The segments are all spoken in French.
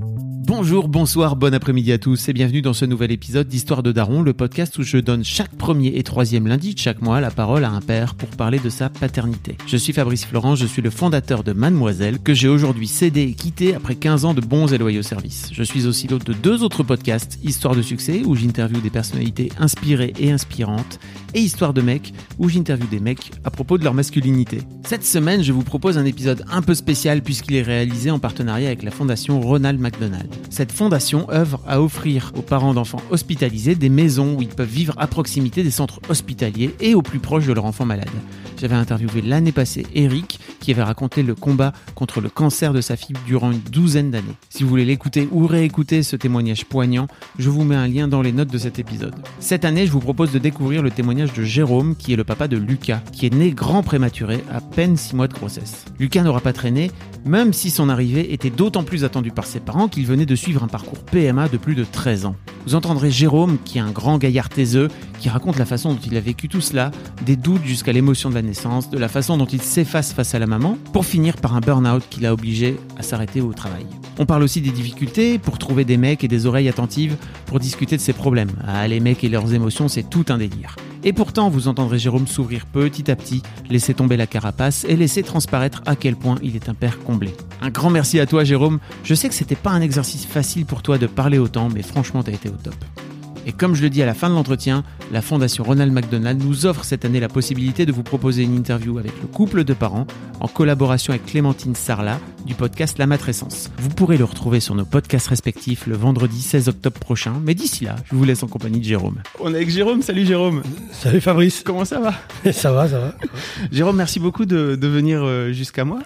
Bonjour, bonsoir, bon après-midi à tous et bienvenue dans ce nouvel épisode d'Histoire de Daron, le podcast où je donne chaque premier et troisième lundi de chaque mois la parole à un père pour parler de sa paternité. Je suis Fabrice Florent, je suis le fondateur de Mademoiselle, que j'ai aujourd'hui cédé et quitté après 15 ans de bons et loyaux services. Je suis aussi l'hôte de deux autres podcasts, Histoire de succès, où j'interviewe des personnalités inspirées et inspirantes, et Histoire de mecs, où j'interviewe des mecs à propos de leur masculinité. Cette semaine, je vous propose un épisode un peu spécial puisqu'il est réalisé en partenariat avec la fondation Ronald McDonald. Cette fondation œuvre à offrir aux parents d'enfants hospitalisés des maisons où ils peuvent vivre à proximité des centres hospitaliers et au plus proche de leur enfant malade. J'avais interviewé l'année passée Eric qui avait raconté le combat contre le cancer de sa fille durant une douzaine d'années. Si vous voulez l'écouter ou réécouter ce témoignage poignant, je vous mets un lien dans les notes de cet épisode. Cette année, je vous propose de découvrir le témoignage de Jérôme qui est le papa de Lucas, qui est né grand prématuré à peine 6 mois de grossesse. Lucas n'aura pas traîné, même si son arrivée était d'autant plus attendue par ses parents qu'il venait de suivre un parcours PMA de plus de 13 ans. Vous entendrez Jérôme, qui est un grand gaillard taiseux, qui raconte la façon dont il a vécu tout cela, des doutes jusqu'à l'émotion de la naissance, de la façon dont il s'efface face à la maman, pour finir par un burn-out qui l'a obligé à s'arrêter au travail. On parle aussi des difficultés pour trouver des mecs et des oreilles attentives pour discuter de ses problèmes. Ah, les mecs et leurs émotions, c'est tout un délire. Et pourtant, vous entendrez Jérôme s'ouvrir petit à petit, laisser tomber la carapace et laisser transparaître à quel point il est un père comblé. Un grand merci à toi, Jérôme. Je sais que c'était pas un exercice facile pour toi de parler autant, mais franchement, t'as été au top. Et comme je le dis à la fin de l'entretien, la Fondation Ronald McDonald nous offre cette année la possibilité de vous proposer une interview avec le couple de parents en collaboration avec Clémentine Sarla du podcast La Matrescence. Vous pourrez le retrouver sur nos podcasts respectifs le vendredi 16 octobre prochain, mais d'ici là, je vous laisse en compagnie de Jérôme. On est avec Jérôme, salut Jérôme Salut Fabrice. Comment ça va Ça va, ça va. Jérôme, merci beaucoup de, de venir euh, jusqu'à moi.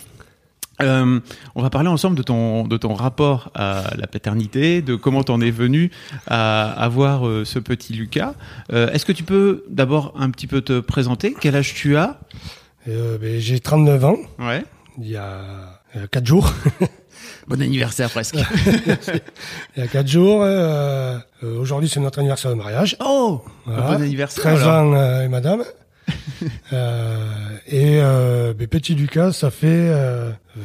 Euh, on va parler ensemble de ton, de ton rapport à la paternité, de comment t'en es venu à avoir euh, ce petit Lucas. Euh, Est-ce que tu peux d'abord un petit peu te présenter Quel âge tu as Euh, ben, J'ai 39 ans, Ouais. il y a 4 jours. Bon anniversaire presque. Il y a 4 jours, euh, euh, aujourd'hui c'est notre anniversaire de mariage. oh Voilà. Bon anniversaire 13 alors. ans euh, et madame. Euh, et euh, ben, petit Lucas, ça fait, euh, euh,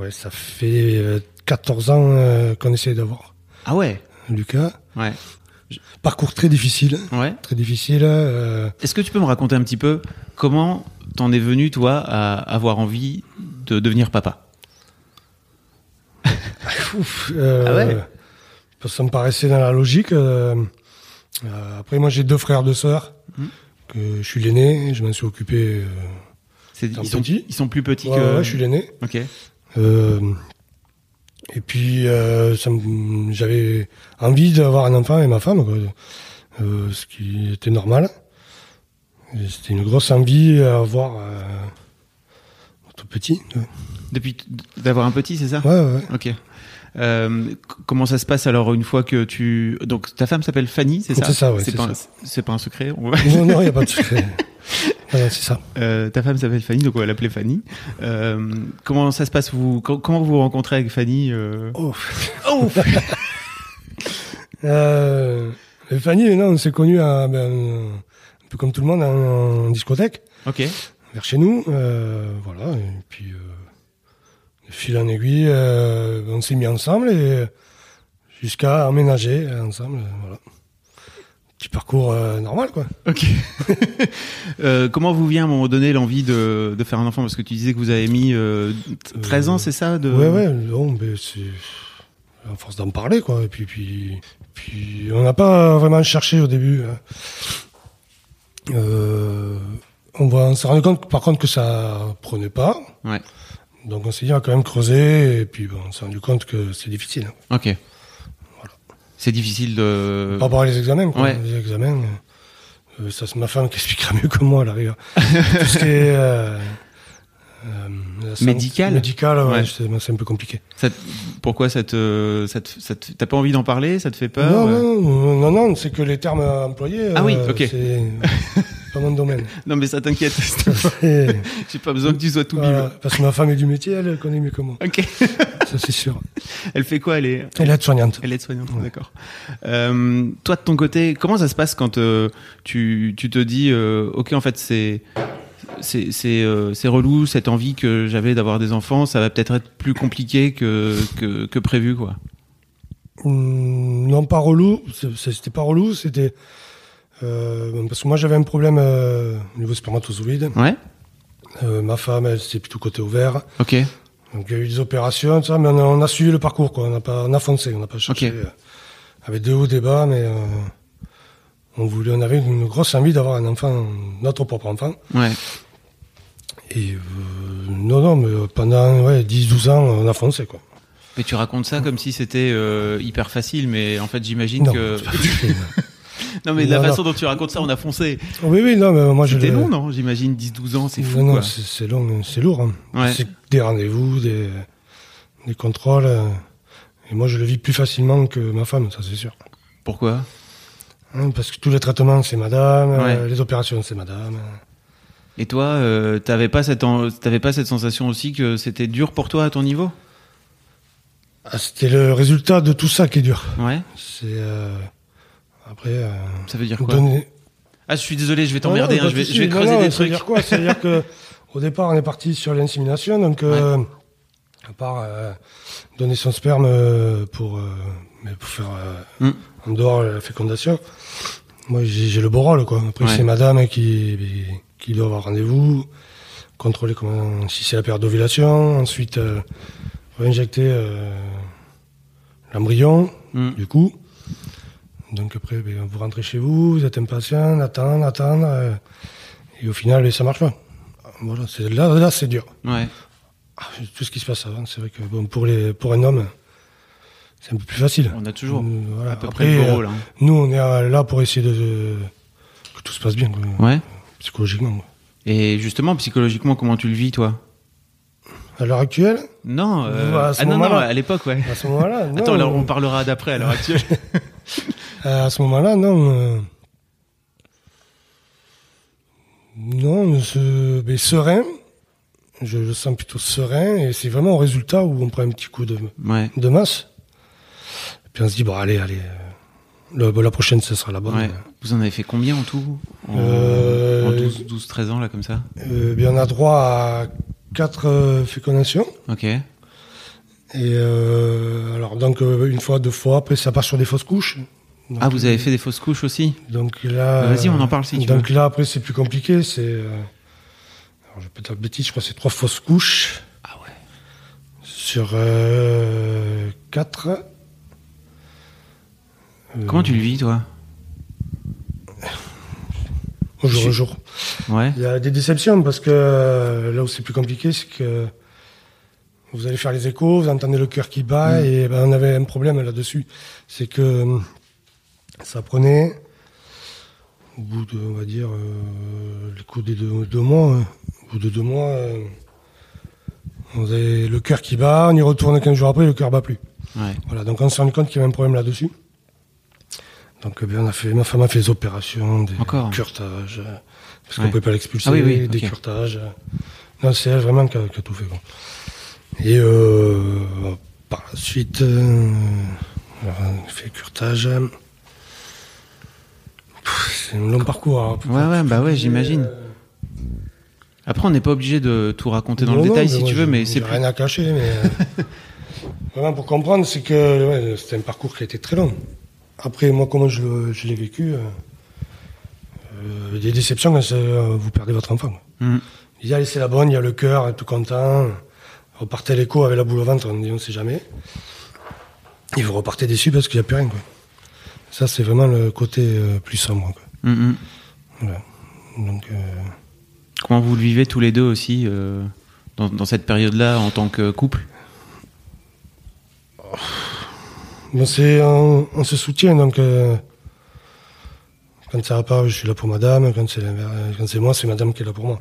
ouais, ça fait euh, 14 ans euh, qu'on essaie d'avoir Ah ouais Lucas. Ouais. Parcours très difficile, hein. ouais. très difficile. euh, Est-ce que tu peux me raconter un petit peu comment t'en es venu, toi, à avoir envie de devenir papa Ouf, euh, Ah ouais parce que ça me paraissait dans la logique. euh, euh, après, moi, j'ai deux frères, deux sœurs. Mhm. Que je suis l'aîné, je m'en suis occupé. euh, C'est- T'es ils, un sont, petit ils sont plus petits ouais, que... ouais, je suis l'aîné. Ok. Euh, et puis, euh, ça me- j'avais envie d'avoir un enfant et ma femme, quoi. Euh, ce qui était normal. Et C'était une grosse envie à avoir euh, tout petit. Depuis t- d'avoir un petit, c'est ça Ouais, ouais. ouais. Ok. Euh, c- comment ça se passe alors une fois que tu donc ta femme s'appelle Fanny c'est ça C'est ça, ouais, c'est c'est pas un- ça. c'est pas un secret on- Non, non, il n'y a pas de secret. Voilà, c'est ça. Euh, ta femme s'appelle Fanny donc on va l'appeler Fanny Euh, comment ça se passe vous co- comment vous vous rencontrez avec Fanny euh Oh. Euh, et Fanny, non, on s'est connus à, ben, un peu comme tout le monde en, en discothèque, ok vers chez nous. euh, voilà, et puis euh, de fil en aiguille, euh, on s'est mis ensemble et jusqu'à emménager ensemble. euh, Voilà. Petit parcours euh, normal, quoi. ok Euh, comment vous vient à un moment donné l'envie de, de faire un enfant parce que tu disais que vous avez mis euh, t- 13 ans Euh, c'est ça de Ouais, ouais, bon, ben, c'est à force d'en parler, quoi. Et puis, puis, puis on n'a pas vraiment cherché au début. hein. Euh, on va, on s'est rendu compte, par contre, que ça prenait pas. Ouais. Donc, on s'est dit, on va quand même creuser. Et puis, bon, on s'est rendu compte que c'est difficile. ok c'est difficile de Par rapport à les examens, quoi. Euh. ouais. Les examens, euh, ça, c'est ma femme qui expliquera mieux que moi, à la rigueur. Tout ce qui est, euh, euh, la santé- Médical Médical, ouais, Ouais. c'est c'est un peu compliqué. Ça te- pourquoi ça te ça te- ça te- t'as pas envie d'en parler ça te fait peur non, euh non, non, non, non, c'est que les termes employés. Ah oui, ok. C'est pas mon domaine. Non, mais ça t'inquiète, s'il te plaît. Et j'ai pas besoin que tu sois tout voilà, bim. parce que ma femme est du métier, elle connaît mieux que moi. Ok. Ça, c'est sûr. Elle fait quoi Elle est, Elle est aide-soignante. elle est soignante, Ouais. d'accord. Euh, toi, de ton côté, comment ça se passe quand euh, tu, tu te dis, euh, ok, en fait, c'est c'est c'est euh, c'est relou cette envie que j'avais d'avoir des enfants, ça va peut-être être plus compliqué que que, que prévu, quoi. Hum, Non, pas relou. C'est- c'est- C'était pas relou. C'était euh, parce que moi j'avais un problème euh, au niveau spermatozoïde. Ouais Euh, ma femme, elle c'était plutôt côté ouvert. Ok. Donc il y a eu des opérations, tout ça, mais on a, on a suivi le parcours, quoi. On a pas, on a foncé, on n'a pas cherché. Ok. euh, avec des hauts, des bas, mais euh, on voulait, on avait une grosse envie d'avoir un enfant, notre propre enfant. Ouais. Et euh, non, non, mais pendant ouais, 10-12 ans, on a foncé, quoi. Mais tu racontes ça comme si c'était euh, hyper facile, mais en fait j'imagine Non, que... c'est pas facile. Non mais de la Non, non. façon dont tu racontes ça, on a foncé. oui, oui, non, mais moi je C'était l'ai- long, non J'imagine 10-12 ans, c'est fou. Non, non, quoi. c'est- c'est long, hein, c'est lourd. hein. Ouais. C'est des rendez-vous, des, des contrôles. euh, et moi, je le vis plus facilement que ma femme, ça c'est sûr. Pourquoi Hein, parce que tous les traitements, c'est madame, euh, Ouais. les opérations, c'est madame. Et toi, euh, t'avais pas cette en- t'avais pas cette sensation aussi que c'était dur pour toi à ton niveau Ah, C'était le résultat de tout ça qui est dur. Ouais. C'est euh, après euh, Ça veut dire quoi donner- Ah, je suis désolé, je vais t'emmerder, Non, non, hein, je vais, pas de je vais souci. creuser Non, non, des ça trucs. veut dire quoi C'est-à-dire que au départ, on est parti sur l'insémination, donc euh, à part euh, donner son sperme euh, pour euh, mais pour faire euh, Mm. en dehors la fécondation. Moi, j'ai j'ai le beau rôle, quoi. Après, Ouais. c'est madame qui qui doit avoir rendez-vous, contrôler comment si c'est la perte d'ovulation, ensuite euh, réinjecter euh, l'embryon Mm. du coup. Donc après, ben, vous rentrez chez vous, vous êtes impatient, d'attendre, attendre, euh, et au final, ben, ça marche pas. Voilà, c'est- là, là c'est dur. Ouais. Ah, Tout ce qui se passe avant, c'est vrai que bon, pour, les, pour un homme, c'est un peu plus facile. On a toujours Euh, voilà. à peu Après, près le euh, beau rôle. hein. Nous, on est euh, là pour essayer de, de- que tout se passe bien, quoi, Ouais. psychologiquement. quoi. Et justement, psychologiquement, comment tu le vis, toi À l'heure actuelle, Non, euh, Bah, à ce ah non, non, moment-là. à l'époque, ouais. à ce moment-là, non, Attends, là, on parlera d'après, à l'heure actuelle. Euh, à ce moment-là, non. euh, Non, ce... mais serein. Je le sens plutôt serein et c'est vraiment au résultat où on prend un petit coup de, ouais. de masse. Et puis on se dit, bon, allez, allez. euh, le- bon, la prochaine, ce sera la bonne. ouais. Vous en avez fait combien en tout En, Euh, en 12, 12, 13 ans, là, comme ça Euh, bien, on a droit à quatre euh, fécondations. Ok. Et euh, alors, donc, euh, une fois, deux fois, après, ça part sur des fausses couches. Donc, Ah, vous avez fait des fausses couches aussi Donc là. Bah, Vas-y, on en parle si tu Donc là, après, c'est plus compliqué. C'est. euh, alors, je vais pas dire de bêtises, je crois que c'est trois fausses couches Ah ouais. sur euh, quatre. Euh, Comment tu le vis, toi Au jour tu- au jour. Ouais. Il y a des déceptions parce que euh, là où c'est plus compliqué, c'est que vous allez faire les échos, vous entendez le cœur qui bat et ben, on avait un problème là-dessus. C'est que euh, ça prenait, au bout de, on va dire, euh, les coups des deux, deux mois, hein. au bout de deux mois, euh, on avait le cœur qui bat, on y retourne 15 jours après, le cœur bat plus. Ouais. Voilà, donc on s'est rendu compte qu'il y avait un problème là-dessus. Donc eh bien, on a fait, ma femme a fait des opérations, des Encore curetages, euh, parce qu'on Ouais. ne pouvait pas l'expulser, Ah oui, oui, des ok. curetages. euh. Non, c'est elle vraiment qui a, qui a tout fait. quoi. Et euh, par la suite, euh, alors, on fait curetage. Pff, C'est un long parcours. hein. Ouais, ouais, bah ouais, j'imagine. Euh, Après, on n'est pas obligé de tout raconter dans le Non, non, détail, mais si moi, tu veux, j'ai- mais c'est j'ai plus... rien à cacher, mais euh, vraiment pour comprendre, c'est que ouais, c'était un parcours qui a été très long. Après, moi, comment je, le- je l'ai vécu, euh, euh, des déceptions quand c'est, euh, vous perdez votre enfant. quoi. Hmm. Il y a laissé la bonne, il y a le cœur, tout content. Repartez l'écho avec la boule au ventre, on dit on sait jamais. Et vous repartez déçu parce qu'il n'y a plus rien. quoi. Ça, c'est vraiment le côté euh, plus sombre. quoi. Hmm, hmm. Voilà. Donc, euh, Comment vous le vivez tous les deux aussi euh, dans, dans cette période-là en tant que couple Bon, c'est, on, on se soutient, donc euh, quand ça va pas, je suis là pour madame, quand c'est, l'inverse- quand c'est moi, c'est madame qui est là pour moi.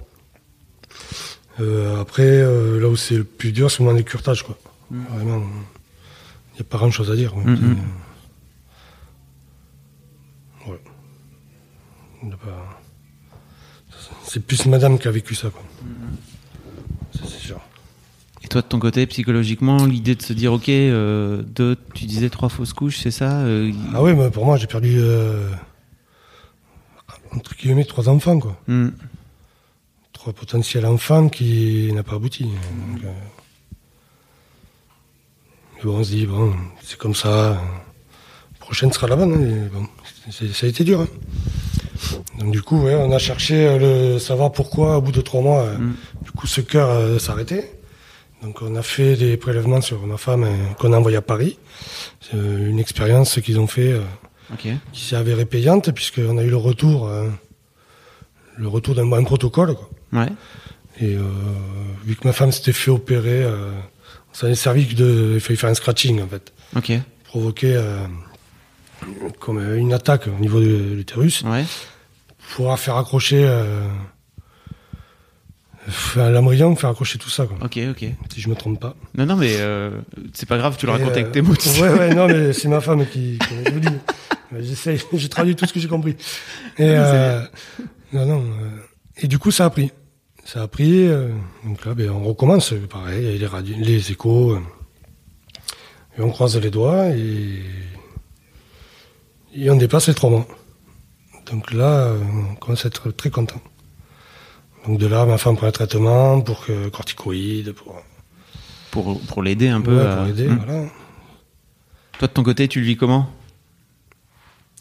Euh, après, euh, là où c'est le plus dur, c'est le moment des curetages, quoi. Vraiment, il n'y a pas grand chose à dire. quoi. Mm, C'est, mm. euh, ouais. Il y a pas- C'est plus madame qui a vécu ça, quoi. Ça, c'est sûr. Et toi, de ton côté, psychologiquement, l'idée de se dire, ok, euh, deux, tu disais trois fausses couches, c'est ça euh, Ah oui, mais pour moi, j'ai perdu, euh, entre guillemets, trois enfants, quoi. hmm. trois potentiels enfants qui n'a pas abouti. Donc, euh, Mais bon, on se dit, bon, c'est comme ça. euh, prochaine sera la bonne. hein, et bon, c'est- ça a été dur. hein. Donc du coup, ouais, on a cherché à le savoir pourquoi, au bout de trois mois, euh, Mm. du coup, ce cœur euh, s'arrêtait. Donc on a fait des prélèvements sur ma femme euh, qu'on a envoyé à Paris. C'est euh, une expérience qu'ils ont fait. euh, Ok. qui s'est avérée payante puisqu'on a eu le retour, euh, le retour d'un bon protocole. Quoi. Ouais. Et euh, vu que ma femme s'était fait opérer, euh, on s'en est servi que de, il fallait faire un scratching en fait, Ok. provoquer euh, comme euh, une attaque au niveau de l'utérus Ouais. pour faire accrocher euh, à l'embryon, faire accrocher tout ça, quoi, Ok. Ok. si je me trompe pas. Non, non, mais euh, c'est pas grave. Tu le Et, racontes euh, avec tes mots. tu sais. Ouais, ouais, non, mais c'est ma femme qui. qui m'a tout dit. Mais J'essaye, j'ai traduit tout ce que j'ai compris. Et, euh, Ah, non, non, euh, et du coup, ça a pris. Ça a pris. euh, donc là, ben, on recommence, euh, pareil, il y a les, radi- les échos. euh, et on croise les doigts et. Et on dépasse les trois mois. Donc là, euh, on commence à être très content. Donc de là, ma femme prend un traitement pour que corticoïdes, pour, Pour pour l'aider un peu. ouais, à- pour aider, Hmm. voilà, Toi de ton côté, tu le vis comment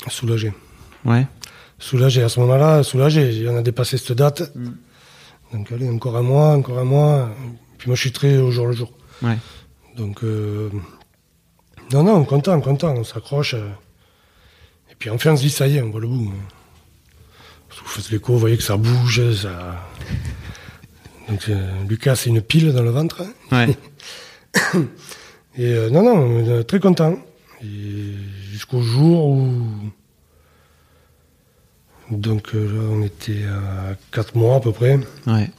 soulager. Ouais. soulagé à ce moment-là, soulagé. On a dépassé cette date. Mm. Donc allez, encore un mois, encore un mois. Puis moi, je suis très au jour le jour. Ouais. Donc euh, non, non, content, content. On s'accroche. euh, Et puis enfin, on se dit ça y est, on voit le bout. Parce que vous faites l'écho, vous voyez que ça bouge, ça. Donc euh, Lucas, c'est une pile dans le ventre. hein. Ouais. Et euh, non, non, euh, très content. Et Jusqu'au jour où. Donc euh, là, on était à 4 mois à peu près. ouais.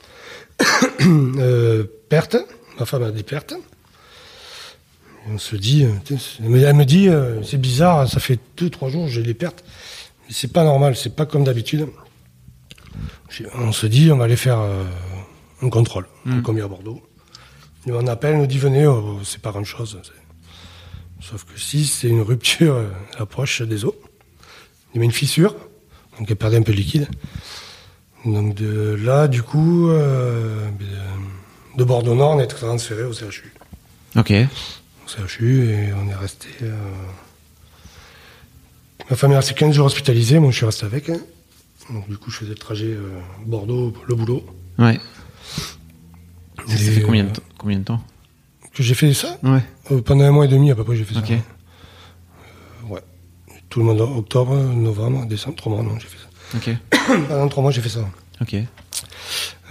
Euh, perte, ma femme a des pertes. Et on se dit, euh, tiens, c'est- mais elle me dit, euh, c'est bizarre, ça fait 2-3 jours, j'ai des pertes. Mais C'est pas normal, c'est pas comme d'habitude. J'ai- On se dit, on va aller faire euh, un contrôle, Mm. comme il y a à Bordeaux. Et on appelle, on nous dit, venez, oh, c'est pas grand-chose. C'est- Sauf que si, c'est une rupture euh, à la poche des os. Il y avait une fissure, donc elle perdait un peu de liquide. Donc de là, du coup, euh, ben, de Bordeaux Nord, on est transféré au CHU. Ok. Au CHU, et on est resté. euh, Ma femme est restée 15 jours hospitalisée, moi je suis resté avec. hein. Donc du coup, je faisais le trajet euh, Bordeaux, le boulot. Ouais. Ça Et, fait combien euh, de temps Combien de temps Que j'ai fait ça Ouais. Euh, Pendant un mois et demi à peu près, j'ai fait Ok. ça. Euh, ouais. Tout le monde, octobre, novembre, décembre, trois mois, non, j'ai fait ça. Ok. Pendant trois mois, j'ai fait ça. Ok.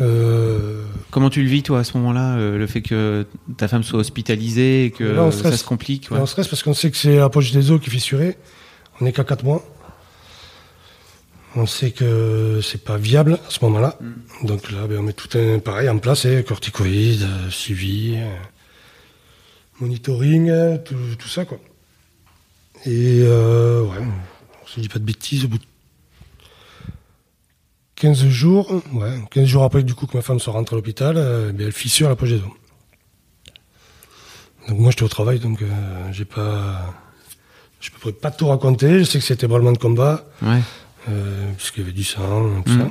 Euh, Comment tu le vis toi à ce moment-là, euh, le fait que ta femme soit hospitalisée et que Là, on ça stresse. se complique Et ouais. On stresse parce qu'on sait que c'est la poche des os qui est fissurée. On n'est qu'à 4 mois. On sait que c'est pas viable à ce moment-là. Donc là, ben, on met tout un pareil en place, hein, corticoïdes, euh, suivi, euh, monitoring, euh, tout, tout ça quoi. Et euh, ouais, on se dit pas de bêtises au bout de 15 jours, ouais, 15 jours après du coup que ma femme soit rentrée à l'hôpital, euh, ben, elle fissure la poche des os. Donc moi j'étais au travail, donc euh, j'ai pas, je peux pas tout raconter. Je sais que c'était vraiment de combat, Ouais. euh, parce qu'il y avait du sang, tout Mhm. ça.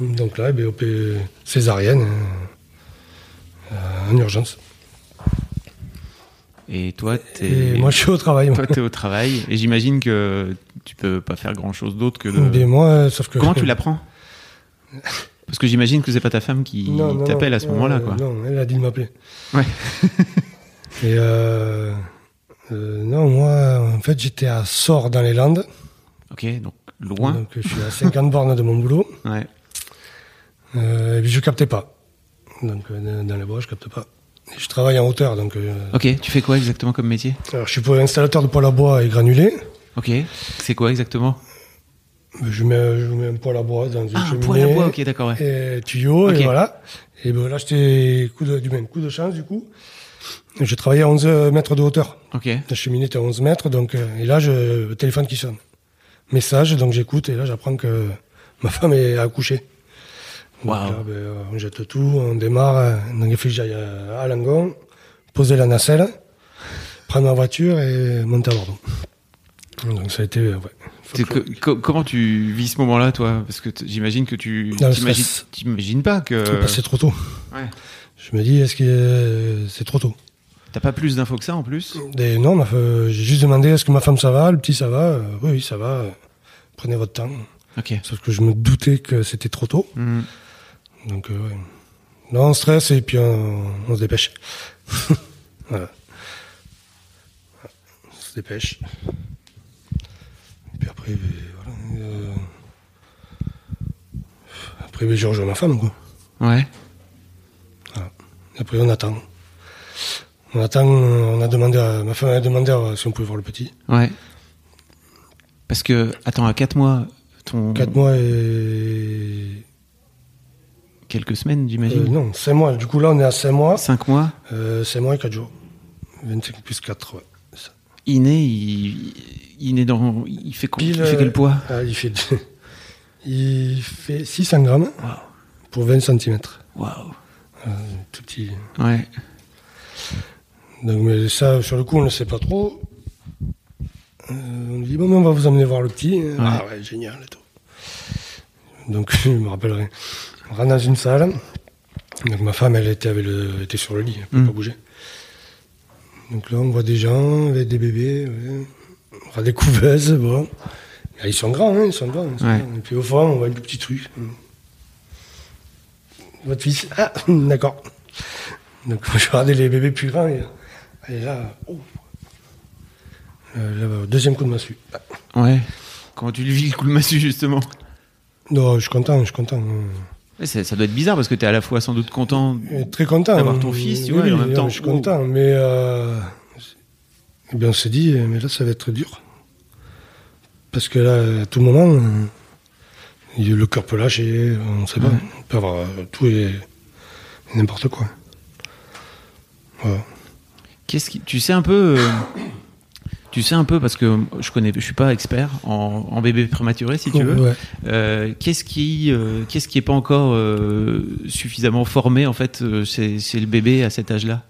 Donc là, eh bien, opé- césarienne, euh, euh, en urgence. Et toi, t'es. Et, moi je suis au travail. Toi, t'es au travail et j'imagine que tu peux pas faire grand chose d'autre que de. Mais moi, euh, sauf que Comment tu l'apprends Parce que j'imagine que c'est pas ta femme qui Non, non, t'appelle non, à ce moment-là, euh, quoi. Non, elle a dit de m'appeler. Ouais. Et euh, euh, non, moi, en fait, j'étais à Sort dans les Landes. Ok, donc loin. Donc, je suis à 50 bornes de mon boulot. Ouais. Euh, et puis je captais pas. Donc euh, dans les bois, je capte pas. Et je travaille en hauteur, donc euh, Ok, tu fais quoi exactement comme métier alors, je suis pour installateur de poêle à bois et granulé. Ok, c'est quoi exactement Mais Je mets, je mets un poêle à bois dans une Ah, un cheminée. poêle à bois, ok, d'accord, ouais. Et tuyau, Ok. et voilà. Et ben là, j'étais coup de, du même coup de chance, du coup. Je travaillais à 11 mètres de hauteur. Ok, La cheminée était à 11 mètres, donc euh, et là, je, le téléphone qui sonne. Message, donc j'écoute, et là, j'apprends que ma femme est accouchée. Donc Waouh. là, ben, euh, on jette tout, on démarre. euh, donc il faut que j'aille euh, à, à Langon, poser la nacelle, prendre ma voiture et monter à Bordeaux. Donc ça a été. euh, ouais. Faut C'est que- que- co- comment tu vis ce moment-là, toi Parce que t- j'imagine que tu Dans le t'imagines- stress. t'imagines pas que. C'est trop tôt. euh, Ouais. Je me dis, est-ce que euh, c'est trop tôt T'as pas plus d'infos que ça en plus Et non, ma fe- j'ai juste demandé est-ce que ma femme ça va, le petit ça va Euh, Oui, oui, ça va, euh, prenez votre temps. Ok. Sauf que je me doutais que c'était trop tôt. Hmm. Donc, euh, ouais. Là, on stresse et puis on, on se dépêche. voilà. On se dépêche. Et puis après, ben, voilà. euh, Après, ben, je rejoins ma femme, quoi. Ouais. Après, on attend. On attend, on a demandé à, ma femme a demandé à- si on pouvait voir le petit. Ouais. Parce que, attends, à 4 mois, ton. 4 mois et. Quelques semaines, euh, j'imagine non, 5 mois. Du coup, là, on est à 5 mois. 5 mois, 5 mois et 4 jours. 25 plus 4, ouais. c'est ça. il naît, il, il naît dans. Il fait, quoi- il Pile, fait euh, quel poids Ah, il fait, il fait 600 grammes Waouh. pour 20 cm. Waouh. Tout petit. Ouais. Donc, mais ça, sur le coup, on ne sait pas trop. Euh, on dit, bon, on va vous emmener voir le petit. Ah ouais, génial et tout. Donc, je me rappellerai. On rentre dans une salle. Donc, ma femme, elle était, avec le, était sur le lit, elle ne pouvait Mm. pas bouger. Donc là, on voit des gens avec des bébés. ouais. On voit des couveuses, bon. Ah, ils sont grands, hein, ils sont grands. ils sont Ouais. grands. Et puis au fond, on voit une petite rue. Votre fils, ah, d'accord. Donc je regardais les bébés plus grands. Et, et là, oh. Euh, là, bah, deuxième coup de massue. Ah. Ouais. Comment tu le vis, le coup de massue, justement Non, je suis content, je suis content. hein. Ouais, ça, ça doit être bizarre parce que t'es à la fois sans doute content. Euh, Très content. D'avoir ton fils, tu Oui, vois, et en oui, même temps, oh. Je suis wow. content, mais euh, eh bien, on s'est dit, euh, mais là, ça va être dur. Parce que là, à tout moment, euh, il- le cœur peut lâcher, on ne sait pas. Ouais. On peut avoir euh, tout et et n'importe quoi. Voilà. Qu'est-ce qui, tu sais un peu, euh, tu sais un peu parce que je connais, je suis pas expert en, en bébé prématuré si tu veux. Ouais. Euh, qu'est-ce qui, euh, qu'est-ce qui est pas encore euh, suffisamment formé en fait euh, chez, chez le bébé à cet âge-là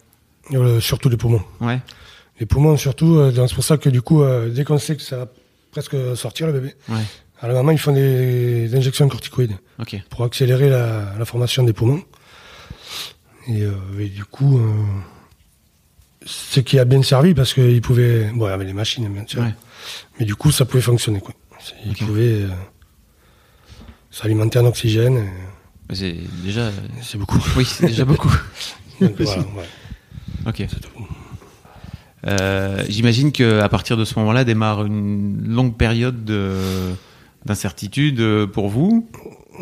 Euh, surtout les poumons. Ouais. Les poumons, surtout, euh, donc c'est pour ça que du coup, euh, dès qu'on sait que ça va presque sortir le bébé, Ouais. à la maman, ils font des, des injections de corticoïdes Ok. pour accélérer la, la formation des poumons. Et, euh, et du coup, euh, ce qui a bien servi, parce qu'ils pouvaient. Bon, avec les machines, bien sûr. Ouais. Mais du coup, ça pouvait fonctionner, quoi. Ils Ok. pouvaient euh, s'alimenter en oxygène, et Bah, C'est déjà. c'est beaucoup. Oui, c'est déjà beaucoup. Donc, voilà, ouais, Ok. c'est tout. Euh, J'imagine que à partir de ce moment-là démarre une longue période de- d'incertitude euh, pour vous.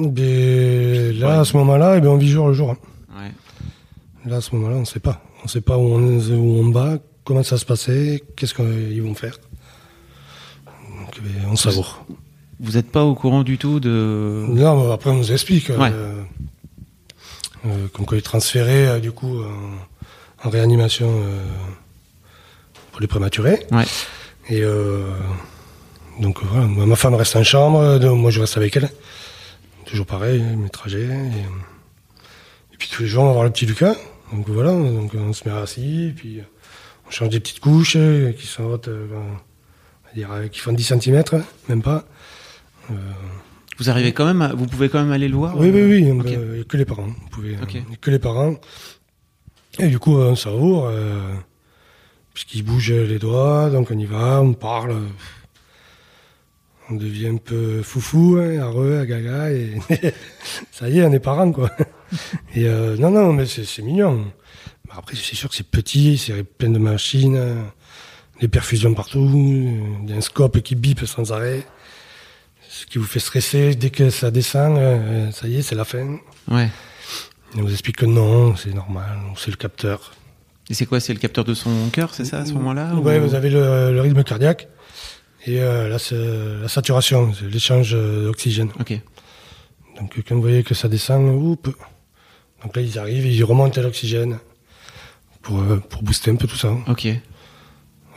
Mais là, à ce moment-là, eh ben, on vit jour le jour. hein. Ouais. Là, à ce moment-là, on ne sait pas. On ne sait pas où on, est- où on va, comment ça se passait, qu'est-ce qu'ils vont faire. Donc, eh ben, on savoure. Vous n'êtes pas au courant du tout de. Non, mais après, on nous explique. euh, Euh, Ouais. euh, comme quoi, il est transféré, euh, du coup, en, en réanimation euh, pour les prématurés. Ouais. Et euh, donc, voilà, moi, ma femme reste en chambre, euh, donc moi, je reste avec elle. Toujours pareil, mes trajets. Et, euh, et puis, tous les jours, on va voir le petit Lucas. Donc, voilà, donc, on se met assis, et puis euh, on change des petites couches euh, qui sont hautes, euh, on va dire, euh, qui font 10 cm, même pas. Vous arrivez quand même, à- vous pouvez quand même aller le voir. Ah Oui, oui, euh, oui, ok. euh, que les parents. Vous pouvez, euh, Ok. que les parents. Et du coup, euh, on savoure, euh, puisqu'ils bougent les doigts, donc on y va, on parle. euh, On devient un peu foufou, hein, heureux, gaga, et ça y est, on est parents, quoi. Et euh, non, non, mais c'est c'est mignon. Mais après, c'est sûr que c'est petit, c'est plein de machines, euh, des perfusions partout, euh, il y a un scope qui bip sans arrêt, ce qui vous fait stresser. Dès que ça descend, euh, ça y est, c'est la fin. euh, Ouais. Et on vous explique que non, c'est normal, c'est le capteur. Et c'est quoi C'est le capteur de son cœur, c'est ça, à ce moment-là ou- Ouais, vous avez le, le rythme cardiaque et euh, la, sa- la saturation, c'est l'échange euh, d'oxygène. Ok. Donc quand vous voyez que ça descend, oup. donc là ils arrivent, ils remontent à l'oxygène pour, euh, pour booster un peu tout ça. Ok. Ouais,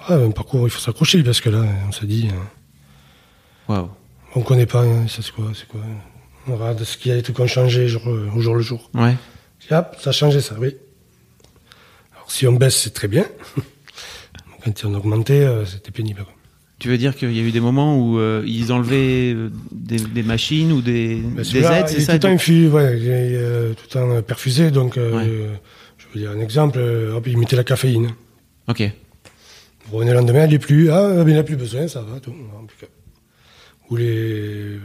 un parcours, il faut s'accrocher parce que là, on se dit, euh, Waouh. on connaît pas, hein, ça c'est quoi, c'est quoi. On regarde ce qu'il y a des trucs qui ont changé jour, euh, au jour le jour. Ouais. Et hop, ça a changé ça, oui. Alors si on baisse, c'est très bien. Quand on augmentait, euh, c'était pénible. quoi. Tu veux dire qu'il y a eu des moments où euh, ils enlevaient euh, des, des machines ou des, Mais des Bah, celui-là, aides, Ah, il c'est est ça tout le temps donc- infusé, ouais, il est, euh, tout le temps euh, perfusé, donc euh, je veux dire un exemple, euh, hop, il mettait la caféine. Ok. Vous revenez le lendemain, elle n'est plus. Ah, ben, il n'a plus besoin, ça va, tout. impeccable. Ou les...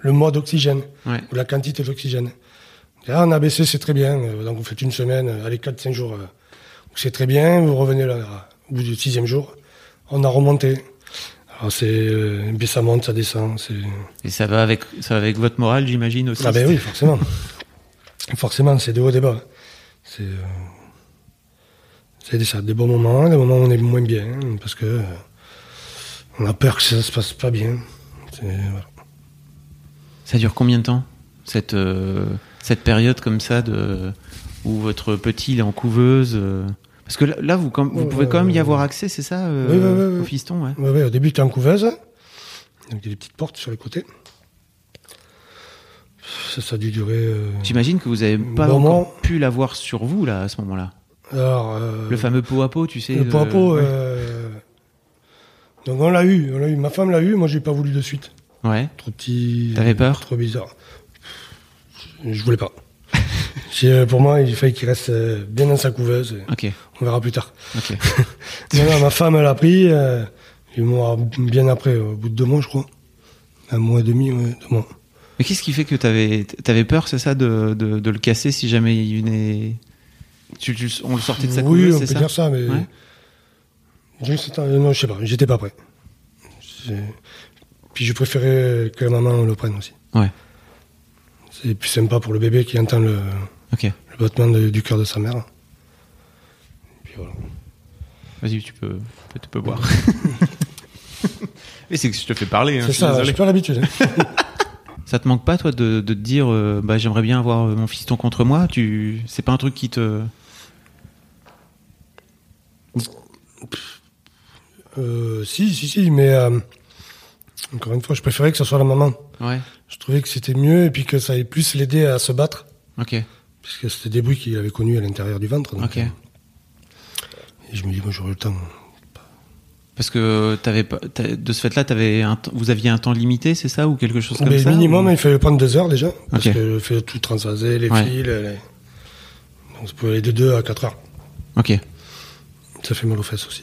le mois d'oxygène, Ouais. ou la quantité d'oxygène. Là, en ABC, c'est très bien. Euh, Donc, vous faites une semaine, euh, allez, 4-5 jours. euh, où c'est très bien, vous revenez là, là, au bout du sixième jour, on a remonté. Alors, c'est. euh, puis ça monte, ça descend. C'est... Et ça va avec, ça va avec votre morale, j'imagine aussi. Ah, ben oui, forcément. forcément, c'est de haut des bas. C'est. euh, c'est des, ça, des bons moments, des moments où on est moins bien, parce que. euh, on a peur que ça se passe pas bien. C'est- euh, voilà. Ça dure combien de temps cette euh, cette période comme ça de où votre petit il est en couveuse euh, Parce que là, là, vous quand- vous pouvez quand même y avoir accès, c'est ça, euh, Oh, Oui, oui, oui, oui. au fiston, ouais. Ouais, ouais, au début, t'es en couveuse. Donc, il y a des petites portes sur les côtés. Ça, ça a dû durer. euh, J'imagine que vous n'avez pas Bon, encore Bah, moi- pu l'avoir sur vous là à ce moment-là. alors, euh, Le fameux pot à pot, tu sais. le pot à euh, pot, ouais. euh, Donc, on l'a eu, on l'a eu. Ma femme l'a eu, moi, j'ai pas voulu de suite. Ouais. Trop petit. T'avais peur Trop bizarre. Je voulais pas. J'ai, euh, pour moi, il fallait qu'il reste euh, bien dans sa couveuse. et Ok. On verra plus tard. Ok. Non, non, ma femme, elle a pris. euh, et moi, bien après, au bout de deux mois, je crois. Un mois et demi, ouais, deux mois. Mais qu'est-ce qui fait que t'avais avais peur, c'est ça, de, de, de le casser si jamais il venait. Tu, tu- on le sortait de sa Oui, couveuse, on c'est peut ça dire ça, mais. Ouais. Je sais pas, non, je sais pas, j'étais pas prêt. C'est- Puis je préférais que la maman le prenne aussi. Ouais. C'est plus sympa pour le bébé qui entend le, Ok. le battement de- du cœur de sa mère. Puis voilà. Vas-y, tu peux, tu peux boire. Mais c'est que je te fais parler. hein, C'est je suis ça, désolé. j'ai pas l'habitude. hein. Ça te manque pas, toi, de, de te dire, euh, bah, j'aimerais bien avoir euh, mon fiston contre moi. Tu, c'est pas un truc qui te. Euh, si, si, si, mais euh, encore une fois, je préférais que ce soit la maman. Ouais. Je trouvais que c'était mieux et puis que ça allait plus l'aider à se battre, Ok. puisque c'était des bruits qu'il avait connus à l'intérieur du ventre. donc, Ok. euh, et je me dis, moi, j'aurai le temps. Parce que t'avais pas, t'as- de ce fait-là, t'avais un t- vous aviez un temps limité, c'est ça, ou quelque chose comme Ah, Mais ça minimum, ou- il fallait prendre deux heures déjà, parce Ok. que je fais tout transvaser, les Ouais. fils. les- Donc ça pouvait aller de deux à quatre heures. Ok. Ça fait mal aux fesses aussi.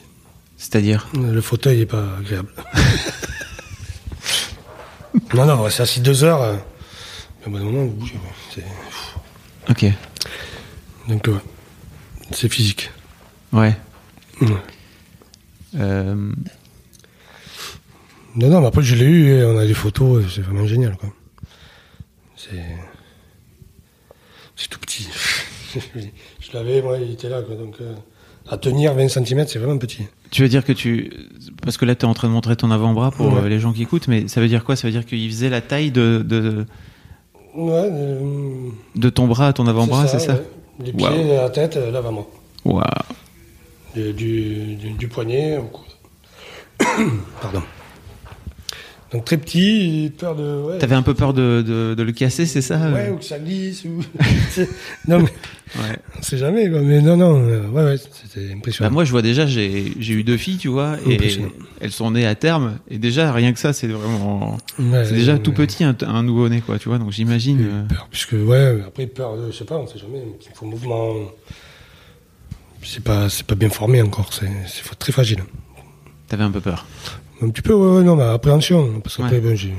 C'est-à-dire. Le fauteuil est pas agréable. non, non, on reste assis deux heures. euh, mais au bout d'un moment, vous bougez, ouais, c'est- Ok. Donc, ouais, c'est physique. Ouais. Ouais. Euh, Non, non, mais après, je l'ai eu et on a des photos, et c'est vraiment génial, quoi. C'est. C'est tout petit. je l'avais, moi, il était là, quoi. Donc, euh, à tenir 20 cm, c'est vraiment petit. Tu veux dire que tu. Parce que là, tu es en train de montrer ton avant-bras pour Ouais. euh, les gens qui écoutent, mais ça veut dire quoi Ça veut dire qu'il faisait la taille de, de, Ouais, euh, de ton bras à ton avant-bras, c'est ça ouais. Les pieds, Waouh. la tête, euh, là, vraiment. Waouh Du, du, du- du poignet au coude. Pardon. Donc, très petit, peur de. Ouais, T'avais un peu peur de, de, de le casser, c'est ça euh? ouais, ou que ça glisse, ou. non, mais Ouais. on sait jamais, quoi. Mais non, non, euh, ouais, ouais, c'était Bah, impressionnant. moi, je vois déjà, j'ai j'ai eu deux filles, tu vois, Oh, et Impressionnant. elles sont nées à terme, et déjà, rien que ça, c'est vraiment. Ouais, C'est déjà ouais, tout ouais. petit, un, un nouveau-né, quoi, tu vois, donc j'imagine. euh, Peur, puisque ouais, après peur, euh, je sais pas, on sait jamais, il faut mouvement. C'est pas, c'est pas bien formé encore, c'est, c'est fa- très fragile. T'avais un peu peur. Un petit peu, ouais, ouais, non, mais appréhension, parce qu'après, Ouais. bon, j'ai,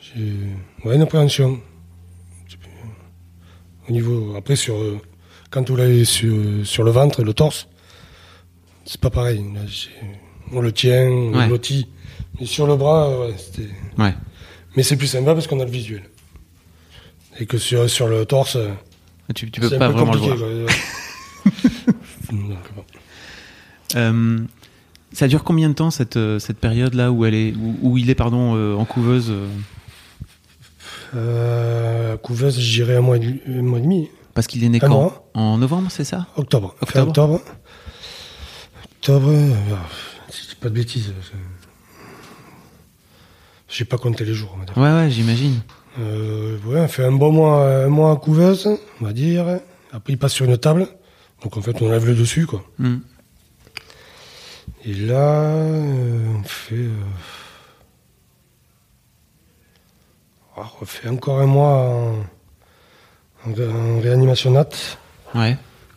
j'ai, ouais, une appréhension. C'est plus- Au niveau, après sur, euh, quand vous l'avez sur, sur le ventre et le torse, c'est pas pareil. Là, j'ai- on le tient, on Ouais. le lotit, mais sur le bras, euh, ouais, c'était. Ouais. Mais c'est plus sympa parce qu'on a le visuel. Et que sur, sur le torse, Ah, Tu, tu peux c'est pas un peu vraiment le compliqué. voir. quoi. Donc, bon. Euh, ça dure combien de temps cette, euh, cette période là où elle est où, où il est pardon euh, en couveuse euh, Euh, couveuse, j'irai un mois, et demi- un mois et demi, parce qu'il est né Un quand mois. en novembre c'est ça octobre. Fin Octobre. octobre. Octobre, euh, alors, si je dis pas de bêtises. parce que- J'ai pas compté les jours, on va dire. ouais ouais j'imagine Euh, ouais, on fait un bon mois, un mois à couveuse, on va dire. Après, il passe sur une table. Donc, en fait, on lève le dessus, quoi. Hmm. Et là, euh, on fait. euh, ah, on fait encore un mois en, en ré- en réanimation nat. ouais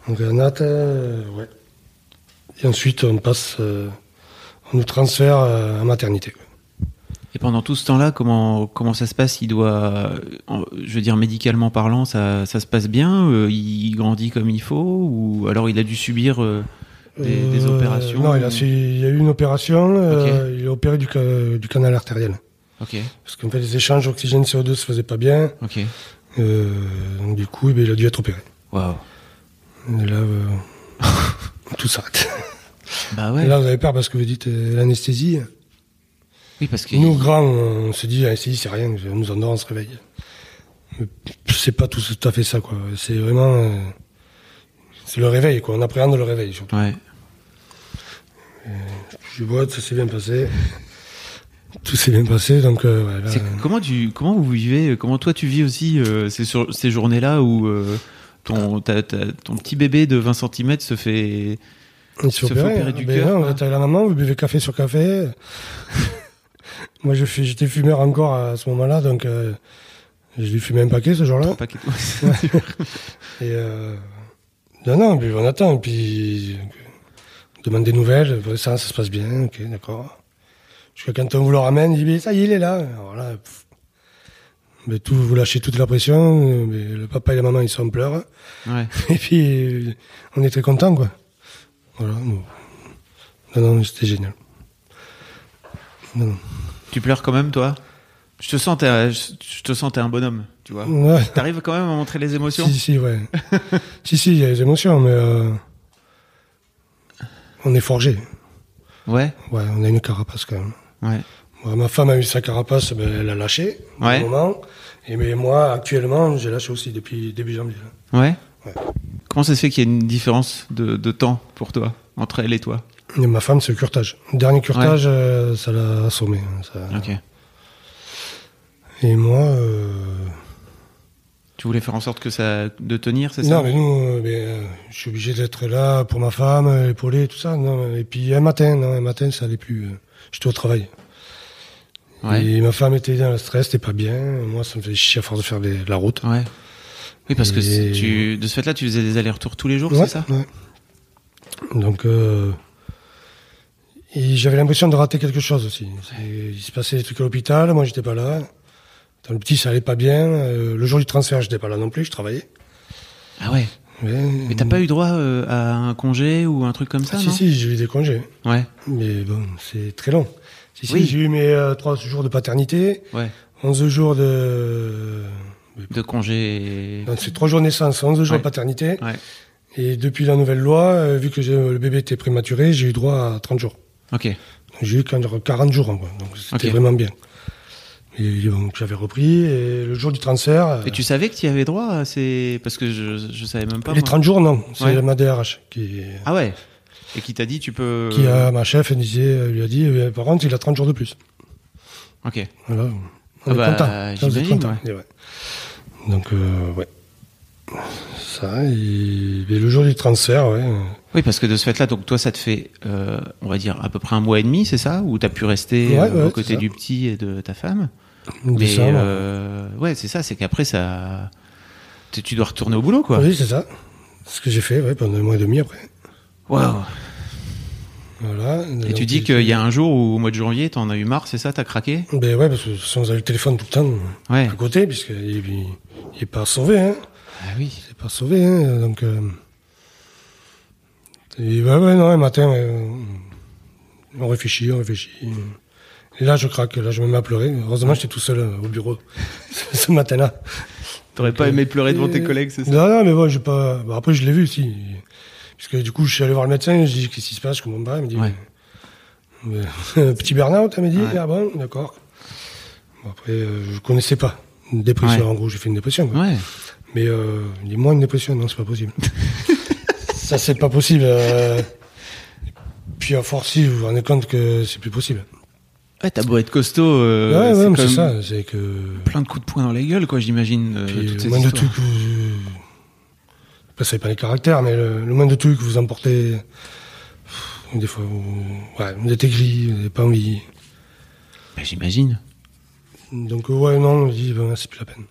En réanat, euh, ouais. Et ensuite, on passe, euh, on nous transfère euh, en maternité. quoi. Et pendant tout ce temps-là, comment, comment ça se passe Il doit, euh, en- je veux dire, médicalement parlant, ça, ça se passe bien Euh, Il grandit comme il faut Ou alors il a dû subir euh, des, des Euh, opérations Non, il, a, su- il y a eu une opération. euh, il est opéré du, ca- du canal artériel. Ok, Parce qu'en fait, les échanges oxygène-CO2 se faisaient pas bien. ok. Euh, donc, du coup, eh ben, il a dû être opéré. Waouh. Et là, euh, tout s'arrête. Bah ouais. Et là, vous avez peur parce que vous dites euh, l'anesthésie. oui, parce que. Nous, grands, on se dit, l'anesthésie, c'est rien. On nous endort, on se réveille. Mais C'est pas tout, tout à fait ça, quoi. C'est vraiment. euh, c'est le réveil, quoi. On appréhende le réveil, surtout. Ouais. Je vois, ça s'est bien passé. Tout s'est bien passé, donc euh, ouais, là, C'est- euh, Comment tu, comment vous vivez euh, Comment toi tu vis aussi euh, ces, sur- ces journées-là où euh, ton, ta- ta- ton petit bébé de 20 cm se fait. il s'est se fait opérer hein. du Ben cœur, non, quoi. Vous êtes avec la maman, vous buvez café sur café. Moi, je fus- j'étais fumeur encore à ce moment-là, donc euh, je lui fumais un paquet ce jour-là. Pas qu'il- C'est dur. Et euh, non, non, puis on attend, et puis on demande des nouvelles, euh, ça, ça se passe bien, ok, d'accord. Jusqu'à quand on vous le ramène, il dit, mais ça y est, il est là. Alors là, pff. mais tout, vous lâchez toute la pression, euh, mais le papa et la maman, ils sont en pleurs. Ouais. Et puis, euh, on est très contents, quoi. Voilà. nous- Non, non, c'était génial. Non, Tu pleures quand même, toi Je te sens, t'es, euh, je je te sens, t'es un bonhomme, tu vois. non. Ouais. T'arrives quand même à montrer les émotions Si, si, ouais. si, si, il y a les émotions, mais euh, on est forgé. Ouais, Ouais, on a une carapace quand même. ouais. Ouais, ma femme a eu sa carapace, ben, elle l'a lâchée à Ouais. un moment. Et mais moi, actuellement, j'ai lâché aussi depuis début janvier. Ouais Ouais. Comment ça se fait qu'il y a une différence de, de temps pour toi, entre elle et toi Et ma femme, c'est le curtage. Le dernier curtage, euh, ça l'a assommé. hein, ça. Ok. Et moi, euh, Tu voulais faire en sorte que ça, de tenir, c'est ça non, mais nous, euh, mais, euh, je suis obligé d'être là pour ma femme, euh, épauler, tout ça. Non, et puis un matin, non, un matin, ça allait plus. euh, J'étais au travail. Ouais. Et ma femme était dans le stress, c'était pas bien. Moi, ça me faisait chier à force de faire des- de la route. Ouais. Oui, parce que c'est- Et- tu, de ce fait-là, tu faisais des allers-retours tous les jours, Ouais, c'est ça ouais. Donc, euh, et j'avais l'impression de rater quelque chose aussi. C'est- Il se passait des trucs à l'hôpital, moi j'étais pas là. Dans le petit, ça allait pas bien. Euh, le jour du transfert, j'étais pas là non plus, je travaillais. Ah ouais. Mais t'as pas eu droit euh, à un congé ou un truc comme ça, Ah, si, non si, j'ai eu des congés. Ouais, Mais bon, c'est très long. Si, si, Oui. j'ai eu mes euh, 3 jours de paternité, ouais. 11 jours de. De congé. et- Non, c'est 3 jours de naissance, 11 jours Ouais. de paternité. Ouais. Et depuis la nouvelle loi, euh, vu que j'ai- le bébé était prématuré, j'ai eu droit à 30 jours. Ok. J'ai eu quand même 40 jours, hein, quoi. donc c'était Ok. vraiment bien. Et donc j'avais repris, et le jour du transfert, euh, Et tu savais que tu y avais droit à ces... Parce que je, je savais même pas. euh, les moi. 30 jours, non, c'est hein. Ouais. ma DRH qui, Ah ouais Et qui t'a dit tu peux... qui euh, a, ma chef, elle disait, lui a dit, euh, par contre, il a 30 jours de plus. Ok. Voilà, Ah on est bah, content. Là, vous êtes j'imagine, content. Et ouais. Donc, euh, ouais. Ça, et, et le jour du transfert, ouais. Oui, parce que de ce fait-là, donc toi, ça te fait, euh, on va dire, à peu près un mois et demi, c'est ça Où t'as pu rester Ouais, euh, ouais, aux c'est côtés ça. du petit et de ta femme Mais décembre. euh, ouais, c'est ça, c'est qu'après, ça... Tu tu dois retourner au boulot, quoi. Oui, c'est ça. Ce que j'ai fait, ouais, pendant un mois et demi après. Waouh. Voilà. Et tu dis qu'il y a un jour où, au mois de janvier, t'en as eu marre, c'est ça T'as craqué Ben ouais, parce que si on avait le téléphone tout le temps. Ouais. à côté, puisqu'il il est pas sauvé, hein. Ah oui. Il est pas sauvé, hein. Donc, euh, et ouais, ouais, non, un matin, euh, on réfléchit, on réfléchit. Et là, je craque, là, je me mets à pleurer. Heureusement, j'étais tout seul euh, au bureau ce matin-là. T'aurais pas aimé pleurer devant tes Et- collègues, c'est ça Non, non, mais bon, j'ai pas. bah, après, je l'ai vu, si. Puisque du coup, je suis allé voir le médecin, je dis qu'est-ce qui se passe, je comprends pas. Il me dit Ouais. mais- petit burn-out, elle m'a dit. Ouais. Ah bon, d'accord. Bon, après, euh, je connaissais pas. Une dépression, Ouais. en gros, j'ai fait une dépression. quoi. Ouais. Mais euh, il dit, moi une dépression, non, c'est pas possible. ça, c'est pas possible. euh. Puis à force, si, vous vous rendez compte que c'est plus possible. Ouais, t'as beau être costaud, euh, ouais, ouais, mais quand c'est même ça. C'est que. plein de coups de poing dans la gueule, quoi, j'imagine. euh, Puis, toutes le ces moins de histoires. trucs. que vous- Après, c'est pas les caractères, mais le, le moins de trucs que vous emportez. pff, Des fois, vous, ouais, vous êtes aigri, vous n'avez pas envie. Bah, j'imagine. Donc, euh, ouais, non, on dit, ben, c'est plus la peine.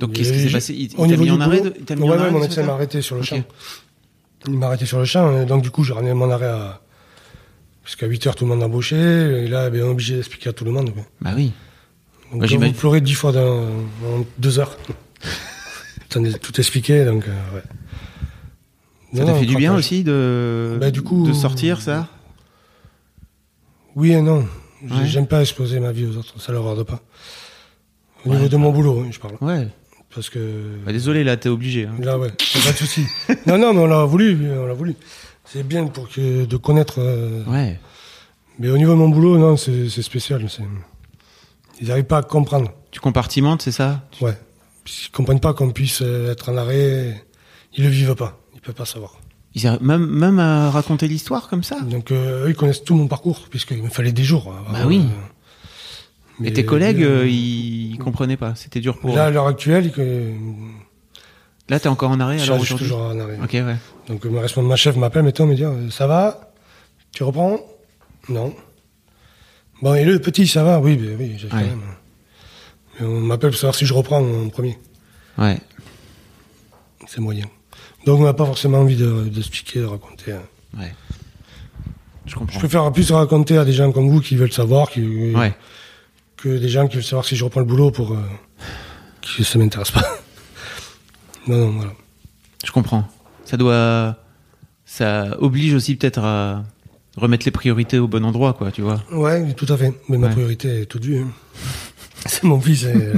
Donc Et qu'est-ce qui s'est j'ai- passé Il, il au t'a niveau mis du en arrêt boulot- de- il t'a mis Ouais, en ouais, arrêt mon de médecin ce m'a fait-là arrêté sur le Ok. champ. Il m'a arrêté sur le champ. et donc, du coup, j'ai ramené mon arrêt à. Parce qu'à 8h, tout le monde embauché. Et là, ben, on est obligé d'expliquer à tout le monde. quoi. Bah oui. Donc, Bah, on j'imagine- vous pleurez dix fois dans, en deux heures. T'en as tout expliqué, donc, euh, ouais. Ça Non, t'a non, fait du bien craquage. aussi de, Bah, du coup- de sortir ça Oui et non. J'ai- Ouais. J'aime pas exposer ma vie aux autres, ça leur regarde pas. Au niveau de mon boulot, hein, je parle. Ouais. Parce que. Bah, désolé, là, t'es obligé. hein. Là, ouais, y a pas de souci. non, non, mais on l'a voulu, on l'a voulu. C'est bien pour que, de connaître. euh, Ouais. Mais au niveau de mon boulot, non, c'est c'est spécial. c'est- Ils n'arrivent pas à comprendre. Tu compartimentes, c'est ça Ouais. Ils comprennent pas qu'on puisse euh, être en arrêt. Ils le vivent pas. Ils peuvent pas savoir. Ils arrivent même, même à raconter l'histoire comme ça Donc euh, eux, ils connaissent tout mon parcours, puisqu'il me fallait des jours. Bah avant, oui. mais- Et tes collègues, mais, euh, ils ils comprenaient pas. C'était dur pour Là, à eux. l'heure actuelle, que- Là, t'es encore en arrêt je alors suis aujourd'hui toujours en arrêt. Ok, ouais. Donc euh, ma responsable, ma chef m'appelle, m'étonne, me dit « ça va Tu reprends Non. Bon, et le petit, ça va Oui, ben oui, j'ai quand Ouais. même. Mais on m'appelle pour savoir si je reprends en premier. Ouais. C'est moyen. Donc on n'a pas forcément envie de- d'expliquer, de, raconter. hein. Ouais. Je Je comprends. préfère plus raconter à des gens comme vous qui veulent savoir qui- Ouais. que des gens qui veulent savoir si je reprends le boulot pour... euh, qui ça m'intéresse pas. non, non, voilà. Je comprends. Ça doit. Ça oblige aussi peut-être à remettre les priorités au bon endroit, quoi, tu vois. Ouais, tout à fait. Mais ma Ouais. priorité est toute vue. hein. C'est mon fils. et, euh,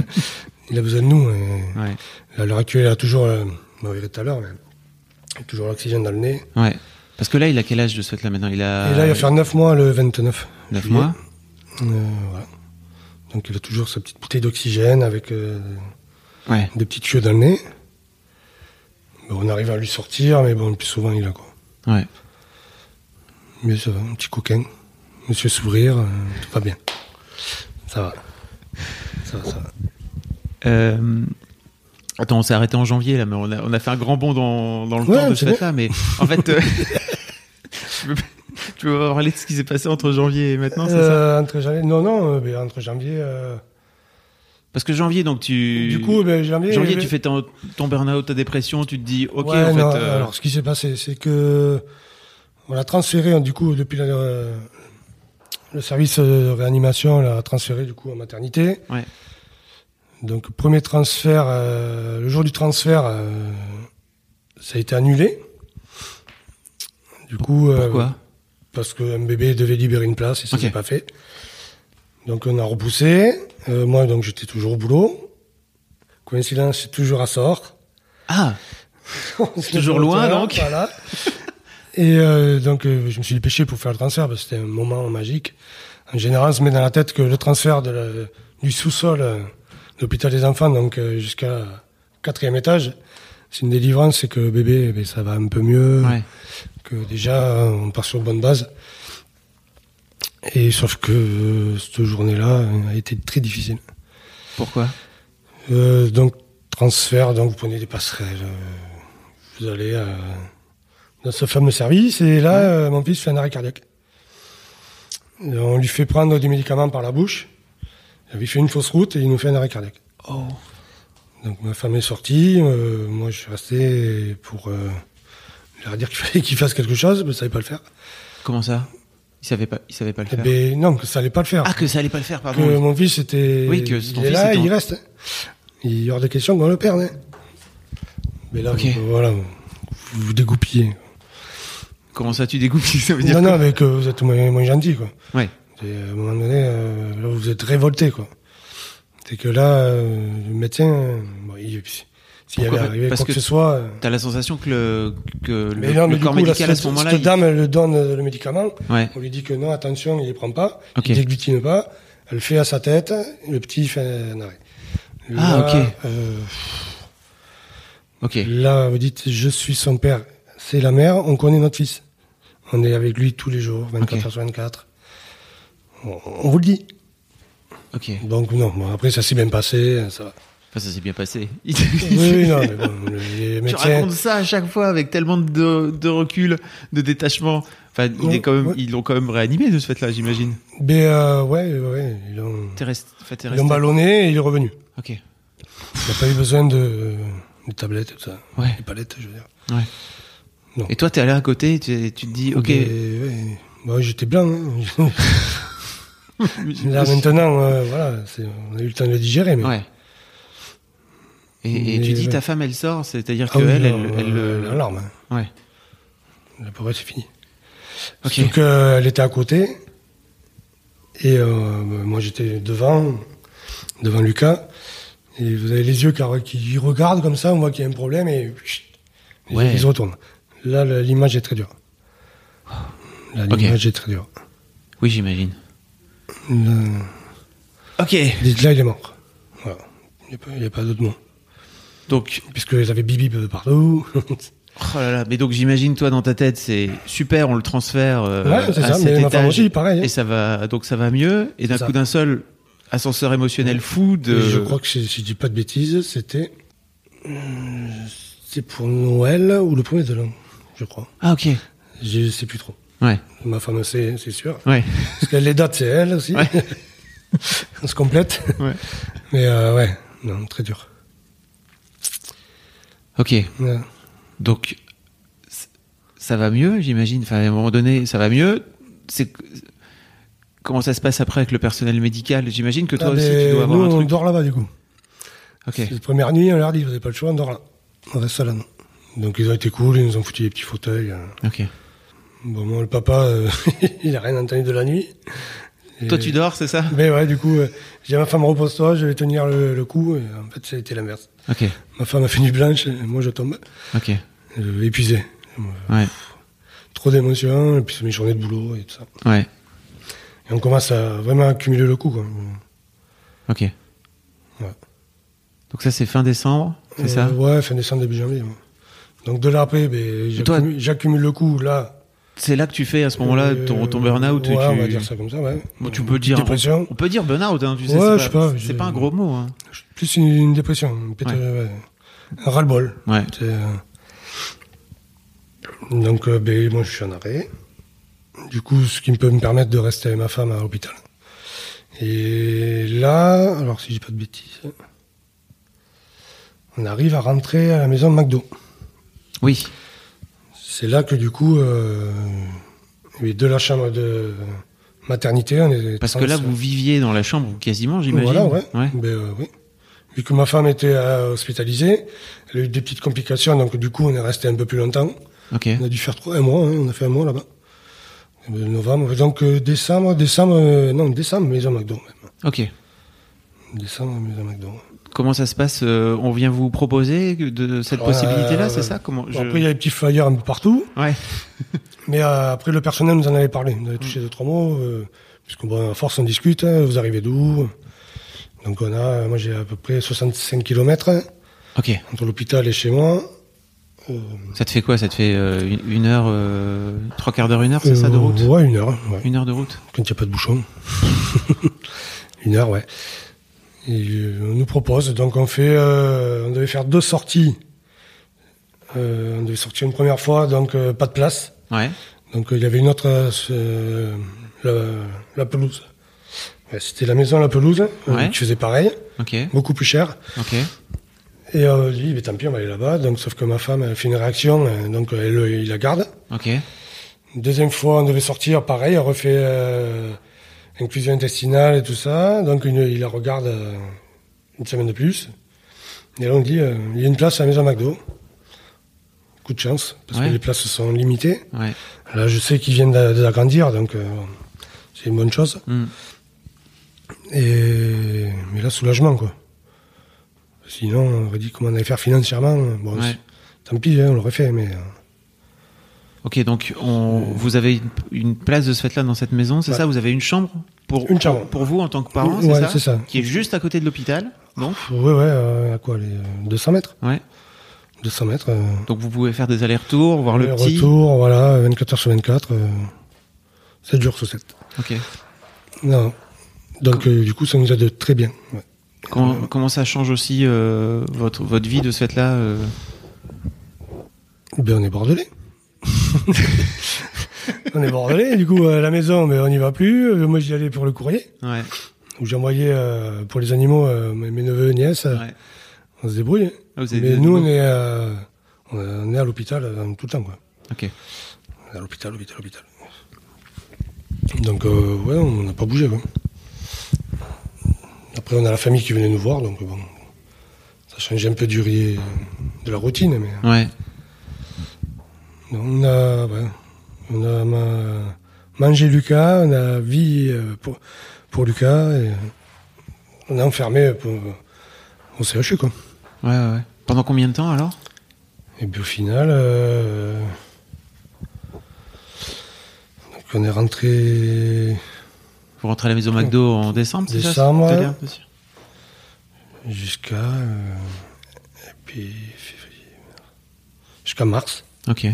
il a besoin de nous. et- Ouais. À l'heure actuelle, il a toujours, euh, on verra tout à l'heure, mais il a toujours l'oxygène dans le nez. Ouais. Parce que là, il a quel âge de ce là maintenant Il a. Et là, il va faire 9 mois le 29. 9 juillet. mois Euh, voilà. Donc, il a toujours sa petite bouteille d'oxygène avec euh, Ouais. des petits tuyaux dans le nez. Bon, on arrive à lui sortir, mais bon, le plus souvent, il a quoi. Ouais. Mais ça va, un petit coquin. Monsieur Sourire, euh, tout va bien. Ça va. Ça va, ça va. Euh, Attends, on s'est arrêté en janvier là, mais on a, on a fait un grand bond dans, dans le Ouais, temps de c'est ce là mais en fait, euh, tu, veux, pas- tu veux pas parler de ce qui s'est passé entre janvier et maintenant, c'est ça Euh, entre janvier, non, non, euh, ben, entre janvier. euh, Parce que janvier, donc tu, Du coup, ben, janvier. janvier, euh, tu fais ton, ton burn-out, ta dépression, tu te dis, ok, Ouais, en fait, non, euh, Alors, ce qui s'est passé, c'est que on l'a transféré hein, du coup depuis la- euh, le service de réanimation, on l'a transféré du coup en maternité. Ouais. Donc premier transfert, euh, le jour du transfert, euh, ça a été annulé. Du coup, euh, pourquoi parce qu'un bébé devait libérer une place et ça Ok. s'est pas fait. Donc on a repoussé. Euh, moi, donc j'étais toujours au boulot. Coïncidence, c'est toujours à sort. Ah, On se Toujours met sur le loin, terrain, donc. Voilà. Et euh, donc, euh, je me suis dépêché pour faire le transfert parce que c'était un moment magique. En général, on se met dans la tête que le transfert de la- du sous-sol euh, de l'hôpital des enfants, donc euh, jusqu'à quatrième étage, c'est une délivrance, c'est que le bébé, eh ben, ça va un peu mieux, ouais, que déjà euh, on part sur bonne base. Et sauf que euh, cette journée-là euh, a été très difficile. pourquoi Euh, donc, transfert, donc vous prenez des passerelles. euh, vous allez euh, dans ce fameux service et là, euh, mon fils fait un arrêt cardiaque. Et on lui fait prendre des médicaments par la bouche. Euh, Il fait une fausse route et il nous fait un arrêt cardiaque. Oh, Donc ma femme est sortie, euh, moi je suis resté pour euh, leur dire qu'il fallait qu'il fasse quelque chose, mais ça savait pas le faire. comment ça Il savait pas, il savait pas le Eh faire. ben, non, que ça allait pas le faire. Ah, que ça allait pas le faire, pardon. que mon fils était. Oui, que il ton est fils là, était en- il reste. hein. Il est hors de question qu'on le perde. hein. Mais là, Ok. vous- voilà, vous vous dégoupillez. Comment ça, tu dégoûtes Ça veut dire Non, non, mais que vous êtes moins, moins gentil, quoi. que- Ouais, Et à un moment donné, euh, là, vous êtes révolté, quoi. C'est que là, euh, le médecin, euh, bon, il- s'il y avait Pourquoi arrivé Parce quoi que, que- ce soit. euh, t'as la sensation que le, que mais le, non, mais le du corps coup, là, médical à cette- ce moment-là, cette il- dame, elle le donne euh, le médicament. ouais, On lui dit que non, attention, il ne les prend pas, Ok. il ne déglutine pas, elle fait à sa tête, le petit fait un arrêt. Ah, Là, ok. euh, ok, là, vous dites, je suis son père, c'est la mère, on connaît notre fils. On est avec lui tous les jours, 24 Ok. heures sur 24. On, on vous le dit. ok. Donc non, bon, après ça s'est bien passé, ça va. Enfin, ça s'est bien passé. Oui, oui, non, mais bon, les Tu médecins... racontes ça à chaque fois avec tellement de, de recul, de détachement. Enfin, il est quand même, Ouais. ils l'ont quand même réanimé de ce fait-là, j'imagine. Mais euh, ouais, ouais, ils l'ont T'es resté. enfin, t'es ils resté- l'ont ballonné et il est revenu. Ok. Il n'a pas eu besoin de, de tablettes et tout ça, Ouais. des palettes, je veux dire. Ouais. Non. Et toi, t'es allé à côté, tu, tu te dis, ok, euh, Mais, ouais, bah, j'étais blanc. hein. Là maintenant, euh, voilà, c'est- on a eu le temps de le digérer. Mais... ah ouais. Et, et tu Mais, dis, ouais. ta femme, elle sort, c'est-à-dire Ah que oui, elle, non, elle, elle euh, le- l'alarme, hein. ouais. La pauvre, c'est fini. Ok. Surtout qu'elle était à côté. Et euh, moi, j'étais devant, devant Lucas. Et vous avez les yeux qui, qui regardent comme ça, on voit qu'il y a un problème et chut, ils- Ouais. ils retournent. Là, le- l'image est très dure. Là, Ok. l'image est très dure. Oui, j'imagine. Là, Ok. là, il est mort. Voilà. Il n'y a pas, il y a pas d'autre mot. Donc, Puisque ils avaient bibi de partout. oh là là, mais donc j'imagine toi dans ta tête, c'est super, on le transfère euh, Ouais, c'est à ça, mais cet ma femme étage aussi, pareil, hein. et ça va, donc ça va mieux. Et d'un C'est coup ça. d'un seul ascenseur émotionnel fou de. Et Je crois que si si je dis pas de bêtises, c'était. euh, C'est pour Noël ou le premier de l'an, je crois. Ah ok. Je sais plus trop. Ouais, Ma femme sait, c'est sûr. ouais, Parce que les dates, c'est elle aussi. Ouais. On se complète. ouais. Mais euh, ouais, non, très dur. Ok. Ouais. Donc c- ça va mieux, j'imagine. Enfin, à un moment donné, ça va mieux. C'est comment ça se passe après avec le personnel médical J'imagine que toi Ah, aussi mais tu dois avoir nous, un on truc. dort là-bas du coup. Ok. C'est la première nuit, on leur dit, vous n'avez pas le choix, on dort là. On reste là, non. Donc ils ont été cool, ils nous ont foutu des petits fauteuils. euh. Ok. Bon, moi, le papa, euh, il a rien entendu de la nuit. Et- Toi tu dors, c'est ça Mais ouais, du coup, euh, j'ai dit à ma femme, repose-toi, je vais tenir le, le coup. Et en fait, ça a été l'inverse. Ok. Ma femme a fait du blanche, et moi, je tombe. Ok. Euh, épuisé. Ouais. Trop d'émotions, et puis c'est mes journées de boulot et tout ça. Ouais. Et on commence à vraiment accumuler le coup. Quoi. Ok. Ouais. Donc ça c'est fin décembre, c'est Euh, ça Ouais, fin décembre, début janvier. ouais. Donc de là après, ben, Et toi- j'accumule j'accumule le coup là. C'est là que tu fais à ce moment-là Euh, ton, ton burn-out. Ouais, tu... on va dire ça comme ça, ouais. Bon, tu peux dire. Dépression. On peut dire burn-out, hein, tu sais. Ouais, c'est je sais pas, C'est je- pas un gros mot. Hein. Plus une, une dépression, une pète- Ouais. ouais, un ras-le-bol. Ouais. C'est, euh, Donc euh, ben, moi je suis en arrêt. Du coup, ce qui me peut me permettre de rester avec ma femme à l'hôpital. Et là, alors si j'ai pas de bêtises, on arrive à rentrer à la maison de McDo. Oui. C'est là que du coup, euh, oui, de la chambre de maternité, on est Parce que là, trans- vous viviez dans la chambre quasiment, j'imagine. Ah, Voilà, ouais. Ben, euh, oui. Vu que ma femme était euh, hospitalisée, elle a eu des petites complications, donc du coup, on est resté un peu plus longtemps. Ok. On a dû faire trois, un mois, hein, on a fait un mois là-bas. Euh, Novembre, donc euh, décembre, décembre, euh, non, décembre, maison McDo même. Ok. Décembre, maison McDo. Comment ça se passe euh, On vient vous proposer de- de cette Ouais, possibilité-là, ouais. c'est ça Comment Bon, je- Après, il y a des petits flyers un peu partout, Ouais. mais euh, après, le personnel nous en avait parlé. On avait touché deux, trois mots, euh, puisqu'on, bon, à force, on discute, hein, vous arrivez d'où Donc, on a, euh, moi, j'ai à peu près 65 km Ok. entre l'hôpital et chez moi. Euh, Ça te fait quoi Ça te fait euh, une, une heure, euh, trois quarts d'heure, une heure, c'est ça de euh, route Ouais, une heure. ouais. Une heure de route. quand il n'y a pas de bouchon. Une heure, ouais. Et euh, on nous propose, donc on fait, euh, on devait faire deux sorties. Euh, on devait sortir une première fois, donc euh, pas de place. Ouais. Donc euh, il y avait une autre, euh, ce- la, la pelouse. Ouais, C'était la maison la pelouse, euh, Ouais. qui faisait pareil, Ok. beaucoup plus cher. Ok. Et euh, on dit, bah, tant pis, on va aller là-bas. Donc sauf que ma femme, elle fait une réaction, euh, donc euh, elle, le- il la garde. Ok. Deuxième fois, on devait sortir, pareil, on refait euh, inclusion intestinale et tout ça. Donc une- il la regarde euh, une semaine de plus. Et là, on dit, euh, il y a une place à la maison McDo. Coup de chance, parce Ouais. que les places sont limitées. Ouais. Là, je sais qu'ils viennent d'a- d'agrandir, donc euh, c'est une bonne chose. Hmm. Et mais là, soulagement, quoi. Sinon, on aurait dit comment on allait faire financièrement. Bon, Ouais. c'est- tant pis, hein, on l'aurait fait, mais... euh, Ok, donc on, vous avez une, une place de ce fait-là dans cette maison, c'est Ouais. ça Vous avez une chambre pour, Une chambre. pour, pour vous en tant que parent, Ouais, c'est ça c'est ça. Qui est juste à côté de l'hôpital, donc ouais, ouais, euh, à quoi les, euh, 200 mètres Ouais. 200 mètres. euh, Donc vous pouvez faire des allers-retours, voir le Et petit. Retour, voilà, 24 h sur 24, euh, 7 jours sur 7. Ok. Non. Donc euh, du coup, ça nous aide très bien. ouais. Comment, comment ça change aussi euh, votre, votre vie de ce fait-là euh Ben, on est bordelais. on est bordelais, du coup, à la maison, mais on n'y va plus. Euh, Moi, j'y allais pour le courrier, Ouais. où j'envoyais euh, pour les animaux euh, mes mes neveux et nièces. euh, ouais. On se débrouille. Ah, vous avez mais des nous, on animaux. est, euh, on est à l'hôpital euh, tout le temps. Quoi. Ok. À l'hôpital, hôpital, hôpital. Donc, euh, ouais, on n'a pas bougé. quoi. Après, on a la famille qui venait nous voir, donc bon, ça changeait un peu du riz de la routine, mais Ouais. non, on a, ouais, on a ma- mangé Lucas, on a vie euh, pour, pour Lucas, et on a enfermé pour, au CHU, quoi. Ouais, ouais, ouais. Pendant combien de temps alors Et puis au final, euh, donc on est rentré Vous rentrez à la maison McDo en décembre, c'est ça Décembre, c'est ouais. tout à l'heure, monsieur jusqu'à euh, et puis février, mars. jusqu'à mars, Ok.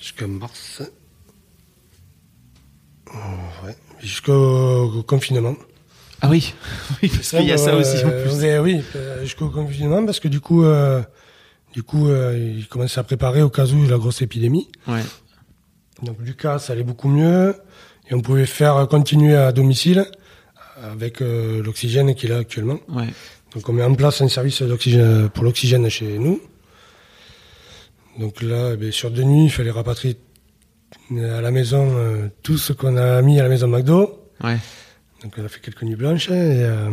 jusqu'à mars, Euh, ouais, jusqu'au au confinement. Ah oui, oui parce qu'il y a ça Ouais, aussi en euh, plus. ouais, oui, euh, jusqu'au confinement parce que du coup, euh, du coup, euh, ils commençaient à préparer au cas où la grosse épidémie. Ouais. Donc Lucas, ça allait beaucoup mieux et on pouvait faire euh, continuer à domicile avec euh, l'oxygène qu'il a actuellement. Ouais. Donc on met en place un service d'oxygène- pour l'oxygène chez nous. Donc là, eh bien, sur deux nuits, il fallait rapatrier euh, à la maison euh, tout ce qu'on a mis à la maison McDo. Ouais. Donc on a fait quelques nuits blanches et euh,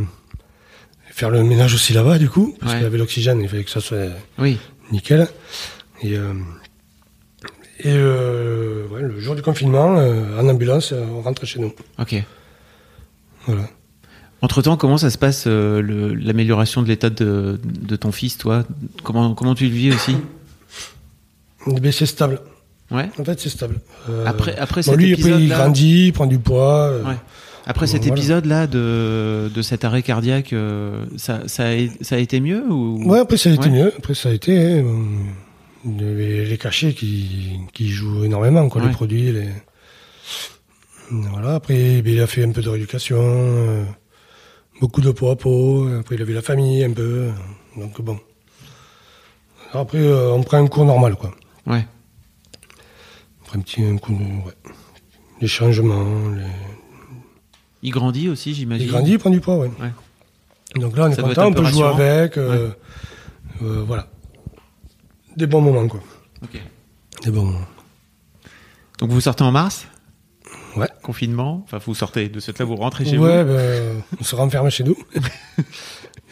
faire le ménage aussi là-bas du coup, parce Ouais. qu'il y avait l'oxygène, il fallait que ça soit Oui. nickel. Et, euh, et euh, ouais, le jour du confinement, euh, en ambulance, euh, on rentre chez nous. Ok. Voilà. Entre temps, comment ça se passe euh, le- l'amélioration de l'état de, de ton fils, toi Comment comment tu le vis aussi Eh bien, c'est stable. Ouais. En fait, c'est stable. Euh, Après après bon, cet lui, après, épisode il là. grandit, il prend du poids. euh, Ouais. Après Bon, cet voilà. épisode là de, de cet arrêt cardiaque, euh, ça, ça, a, ça a été mieux ou Ouais, après, ça a été Ouais. mieux. Après, ça a été. hein, bon, les, les cachets qui, qui jouent énormément, quoi, Ouais. les produits. Les... Voilà. Après, ben, il a fait un peu de rééducation, euh, beaucoup de poids à peau. Après, il a vu la famille un peu. Donc, bon. Alors, après, euh, on prend un cours normal, quoi. Ouais. On prend un petit un coup de. Ouais. Les changements. Les... Il grandit aussi, j'imagine. Il grandit, il prend du poids, ouais. Ouais. Donc là, on est Ça doit être hein. content, un on peu peut jouer rassurant. avec. euh, euh, voilà. Des bons moments, quoi. Ok. Des bons moments. Donc vous sortez en mars Ouais. Confinement. Enfin, vous sortez de cette là, vous rentrez chez Ouais, vous. ben, euh, on se renferme chez nous.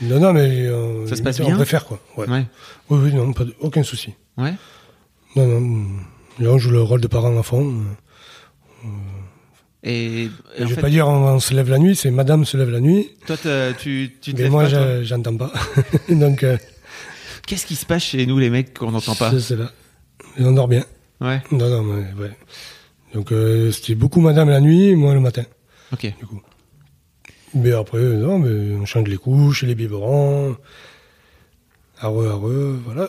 non, non, mais euh, Ça se limite, passe on bien préfère quoi. Ouais. Ouais. Oui, oui, non, pas de- aucun souci. Ouais. Non, mm. non. Là, on joue le rôle de parent à fond. Et, et Je en vais fait, pas dire on, on se lève la nuit, c'est Madame se lève la nuit. toi, t'as- tu, tu te mais lèves moi, pas, toi je- j'entends pas. Donc, euh, Qu'est-ce qui se passe chez nous, les mecs, qu'on n'entend pas je sais pas. Mais on dort bien. Ouais. Non, non, mais ouais. Donc, euh, c'était beaucoup Madame la nuit, moi le matin, Ok. du coup. Mais après, euh, non, mais on change les couches, les biberons. Areux, areux, voilà.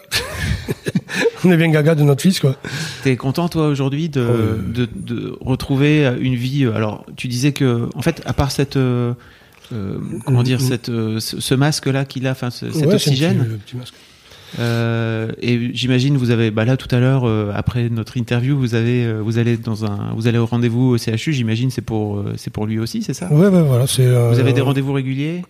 on est bien gaga de notre fils, quoi. T'es content, toi, aujourd'hui, de, Euh. de, de retrouver une vie. euh, Alors, tu disais que, en fait, à part cette. euh, euh, comment dire, Mm, mm. cette, euh, ce ce masque-là qu'il a, enfin, ce- cet Ouais, c'est un oxygène. petit- le petit masque. Euh, et j'imagine vous avez bah là tout à l'heure euh, après notre interview vous avez euh, vous allez dans un vous allez au rendez-vous au CHU j'imagine c'est pour euh, c'est pour lui aussi c'est ça Ouais, ouais, voilà, c'est. euh, vous avez des rendez-vous réguliers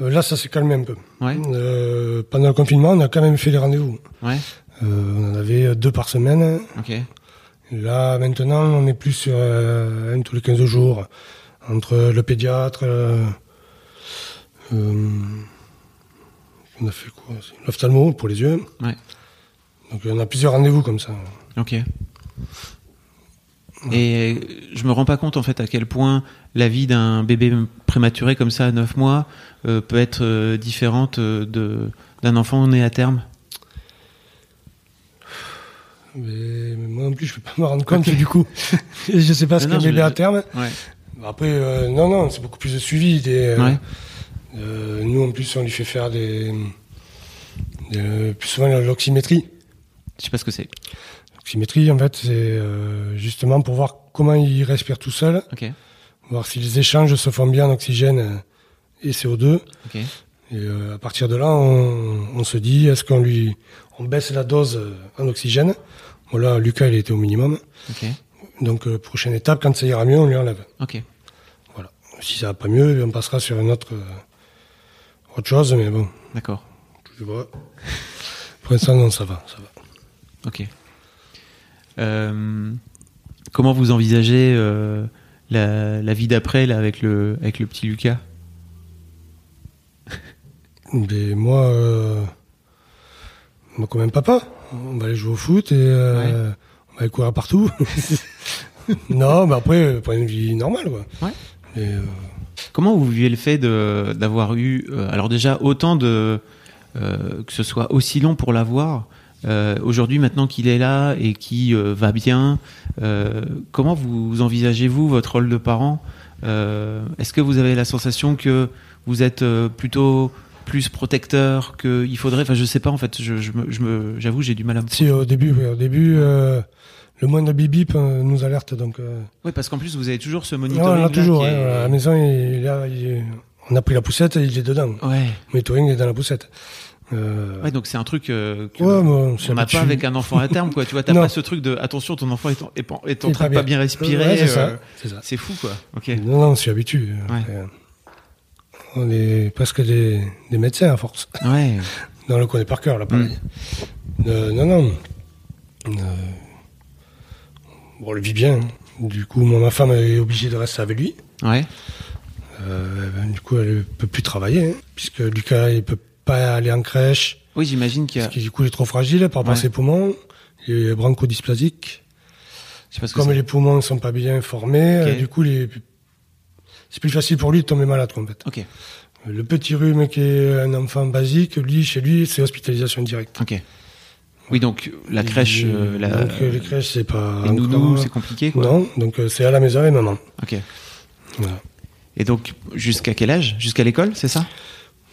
euh, Là, ça s'est calmé un peu. ouais Euh, pendant le confinement, on a quand même fait les rendez-vous. ouais Euh, on en avait deux par semaine. ok Là, maintenant, on est plus sur euh, un tous les 15 jours. Entre le pédiatre. euh, euh, on a fait quoi aussi L'ophtalmo pour les yeux. Ouais. Donc, on a plusieurs rendez-vous comme ça. ok et je me rends pas compte en fait à quel point la vie d'un bébé prématuré comme ça à 9 mois euh, peut être euh, différente euh, de d'un enfant né à terme Mais, mais moi non plus, je peux pas me rendre compte du coup. je sais pas ce Non, qu'un non, je- bébé à terme. ouais Après, euh, non, non, c'est beaucoup plus de suivi. Des, euh, ouais euh, nous, en plus, on lui fait faire des, euh, des- euh, plus souvent l'oxymétrie. je sais pas ce que c'est L'oxymétrie, en fait, c'est euh, justement pour voir comment il respire tout seul, ok voir si les échanges se font bien en oxygène euh, et CO2. ok Et euh, à partir de là, on, on se dit, est-ce qu'on lui, on baisse la dose euh, en oxygène Bon là, Lucas, il était au minimum. ok Donc, euh, prochaine étape, quand ça ira mieux, on lui enlève. ok Voilà. Si ça va pas mieux, on passera sur une autre, euh, autre chose, mais bon. d'accord Je vois. Pour l'instant, non, ça va, ça va. Ok. Euh, comment vous envisagez euh, la, la vie d'après là, avec, le, avec le petit Lucas Mais moi, euh, moi, quand même papa, on va aller jouer au foot et euh, on va aller courir partout. non, mais après, euh, pour une vie normale, quoi. Ouais. Et, euh, Comment vous vivez le fait de- d'avoir eu, euh, alors déjà autant de euh, que ce soit aussi long pour l'avoir. euh, Aujourd'hui, maintenant qu'il est là et qui va bien, euh, comment vous envisagez-vous votre rôle de parent Euh, Est-ce que vous avez la sensation que vous êtes euh, plutôt plus protecteur qu'il faudrait Enfin, je sais pas en fait. Je, je me- je me- j'avoue, j'ai du mal à. me- si, au début, ouais, au début, euh, le moindre bip bip euh, nous alerte, donc. euh, Oui, parce qu'en plus, vous avez toujours ce non, monitoring. on l'a là, toujours. qui hein, est- À la maison, il, est là, il est- on a pris la poussette et il est dedans. Ouais. Le monitoring est dans la poussette. Euh, Ouais, donc c'est un truc euh, que- ouais, bon, On n'a pas avec un enfant à terme, quoi. Tu vois, t'as Non. pas ce truc de attention, ton enfant est en, est en- est en Il est train pas de pas bien bien. respirer. Ouais, c'est euh, ça. C'est ça. c'est fou, quoi. Ok. Non, non, on s'y habitue. Après, euh, On est presque des, des médecins à force. Ouais. Dans le connaît par cœur, là, pareil. Mm. Euh, non, non. Euh, bon, on le vit bien. hein. Du coup, moi, ma femme est obligée de rester avec lui. Ouais. Euh, ben, du coup, elle peut plus travailler, hein, puisque Lucas, il peut pas aller en crèche, Oui, j'imagine qu'il y a. parce que du coup, il est trop fragile par rapport Ouais. à ses poumons. Il est bronchodysplasique. Je sais pas ce que Comme c'est. les poumons ne sont pas bien formés, Ok. euh, du coup, il est- c'est plus facile pour lui de tomber malade, quoi, en fait. Ok. Le petit rhume qui est un enfant basique, lui, chez lui, c'est hospitalisation directe. Ok. Oui, donc la crèche, Et- euh, la, donc, euh, les crèches, c'est pas. les encore- nounous, c'est compliqué, quoi. Non, donc euh, c'est à la maison et maman. Ok. Voilà. Et donc jusqu'à quel âge Jusqu'à l'école, c'est ça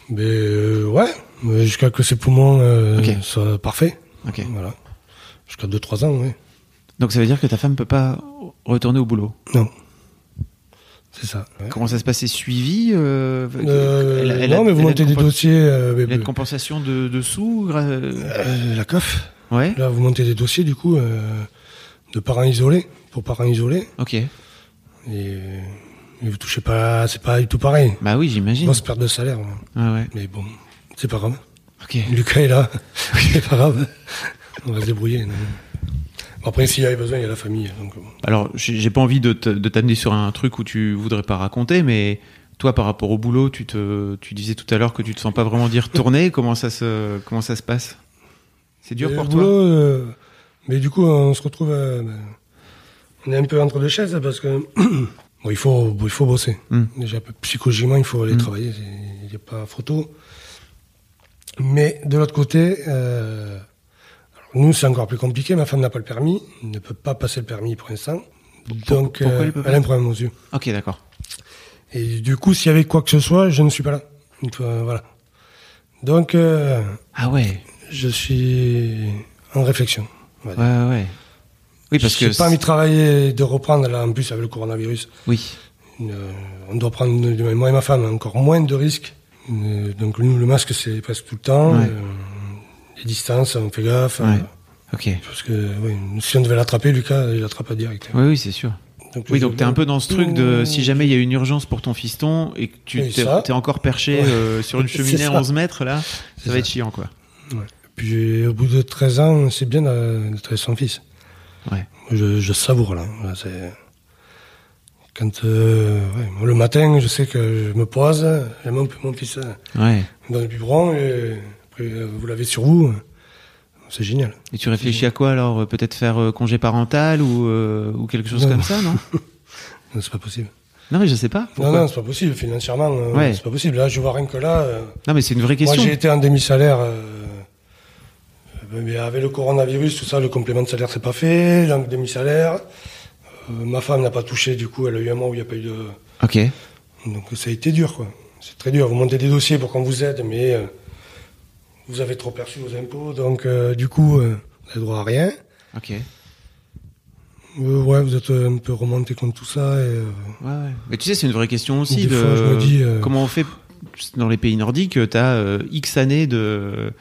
Mais euh, ouais, mais jusqu'à que ses poumons euh, Ok. soient parfaits. Ok. Voilà. Jusqu'à 2-3 ans, oui. Donc ça veut dire que ta femme peut pas retourner au boulot. Non. C'est ça. ouais. Comment ça se passe C'est suivi euh, Euh, elle- elle a- non, mais elle vous a montez une des compen- dossiers. euh, mais- Elle a de compensation de, de sous gra- euh, la CAF. Ouais. Là, vous montez des dossiers, du coup, euh, de parents isolés, pour parents isolés. Ok. Et, et vous touchez pas, c'est pas du tout pareil. Bah oui, j'imagine. Moi, c'est perte de salaire. moi. Ouais, ouais. Mais bon, c'est pas grave. Ok. Lucas est là. c'est pas grave. On va se débrouiller. non. Bon, Après, s'il y avait besoin, il y a la famille. Donc, bon. Alors, j'ai j'ai pas envie de te- de t'amener sur un truc où tu voudrais pas raconter, mais toi, par rapport au boulot, tu, te, tu disais tout à l'heure que tu te sens pas vraiment dire tourner. Comment ça se, comment ça se passe C'est dur Et pour le toi boulot, euh, mais du coup, on se retrouve. euh, ben, on est un peu entre deux chaises parce que bon, il faut, bon, il faut bosser. Mm. Déjà, psychologiquement, il Hmm. faut aller travailler. c'est- Il n'y a pas photo. Mais de l'autre côté, euh, alors, nous, c'est encore plus compliqué. Ma femme n'a pas le permis, ne peut pas passer le permis pour l'instant. Donc, pourquoi euh, elle peut pas elle a un problème aux yeux. Ok, d'accord. Et du coup, s'il y avait quoi que ce soit, je ne suis pas là. Donc, euh, voilà. Donc, euh, Ah ouais, je suis en réflexion. on va ouais, ouais. ouais. Oui, parce que. j'ai pas envie de travailler, de reprendre là en plus avec le coronavirus. Oui, Une, euh, on doit prendre euh, moi et ma femme encore moins de risques. Une, euh, donc nous le masque c'est presque tout le temps. Ouais. Euh, les distances on fait gaffe. Ouais. euh, ok. Oui, parce que ouais, si on devait l'attraper, Lucas il l'attrape pas direct. oui, c'est sûr. Donc, Oui, je- donc t'es un peu dans ce truc de si jamais il y a une urgence pour ton fiston et que tu Et t'es ça. t'es encore perché Ouais. euh, sur une C'est cheminée à ça. 11 mètres, là, ça C'est va ça. être chiant, quoi. Puis euh, au bout de 13 ans, c'est bien euh, d'être son fils. Ouais. Je, je savoure là. Voilà, c'est- Quand euh, ouais, moi, le matin, je sais que je me pose, j'aime un peu mon fils. euh, Ouais. dans le biberon et après euh, vous l'avez sur vous. C'est génial. Et tu réfléchis à quoi alors euh, Peut-être faire euh, congé parental ou, euh, ou quelque chose Non. comme ça, non Non, c'est pas possible. Non, mais je sais pas. Pourquoi non, non, c'est pas possible financièrement. euh, Ouais. C'est pas possible. Là, je vois rien que là. euh, Non, mais c'est une vraie moi, question. j'ai été en demi-salaire. euh, euh, mais avec le coronavirus, tout ça, le complément de salaire, c'est pas fait. Le demi-salaire. Euh, ma femme n'a pas touché, du coup, elle a eu un mois où il n'y a pas eu de. ok. Donc, ça a été dur, quoi. C'est très dur. Vous montez des dossiers pour qu'on vous aide, mais euh, vous avez trop perçu vos impôts. Donc, euh, du coup, euh, vous n'avez droit à rien. Ok. Ouais, Euh, ouais, vous êtes euh, un peu remonté contre tout ça. Et, euh, ouais. Mais tu sais, c'est une vraie question aussi. Des de... fois, je me dis, euh, Comment on fait dans les pays nordiques Tu as X années de,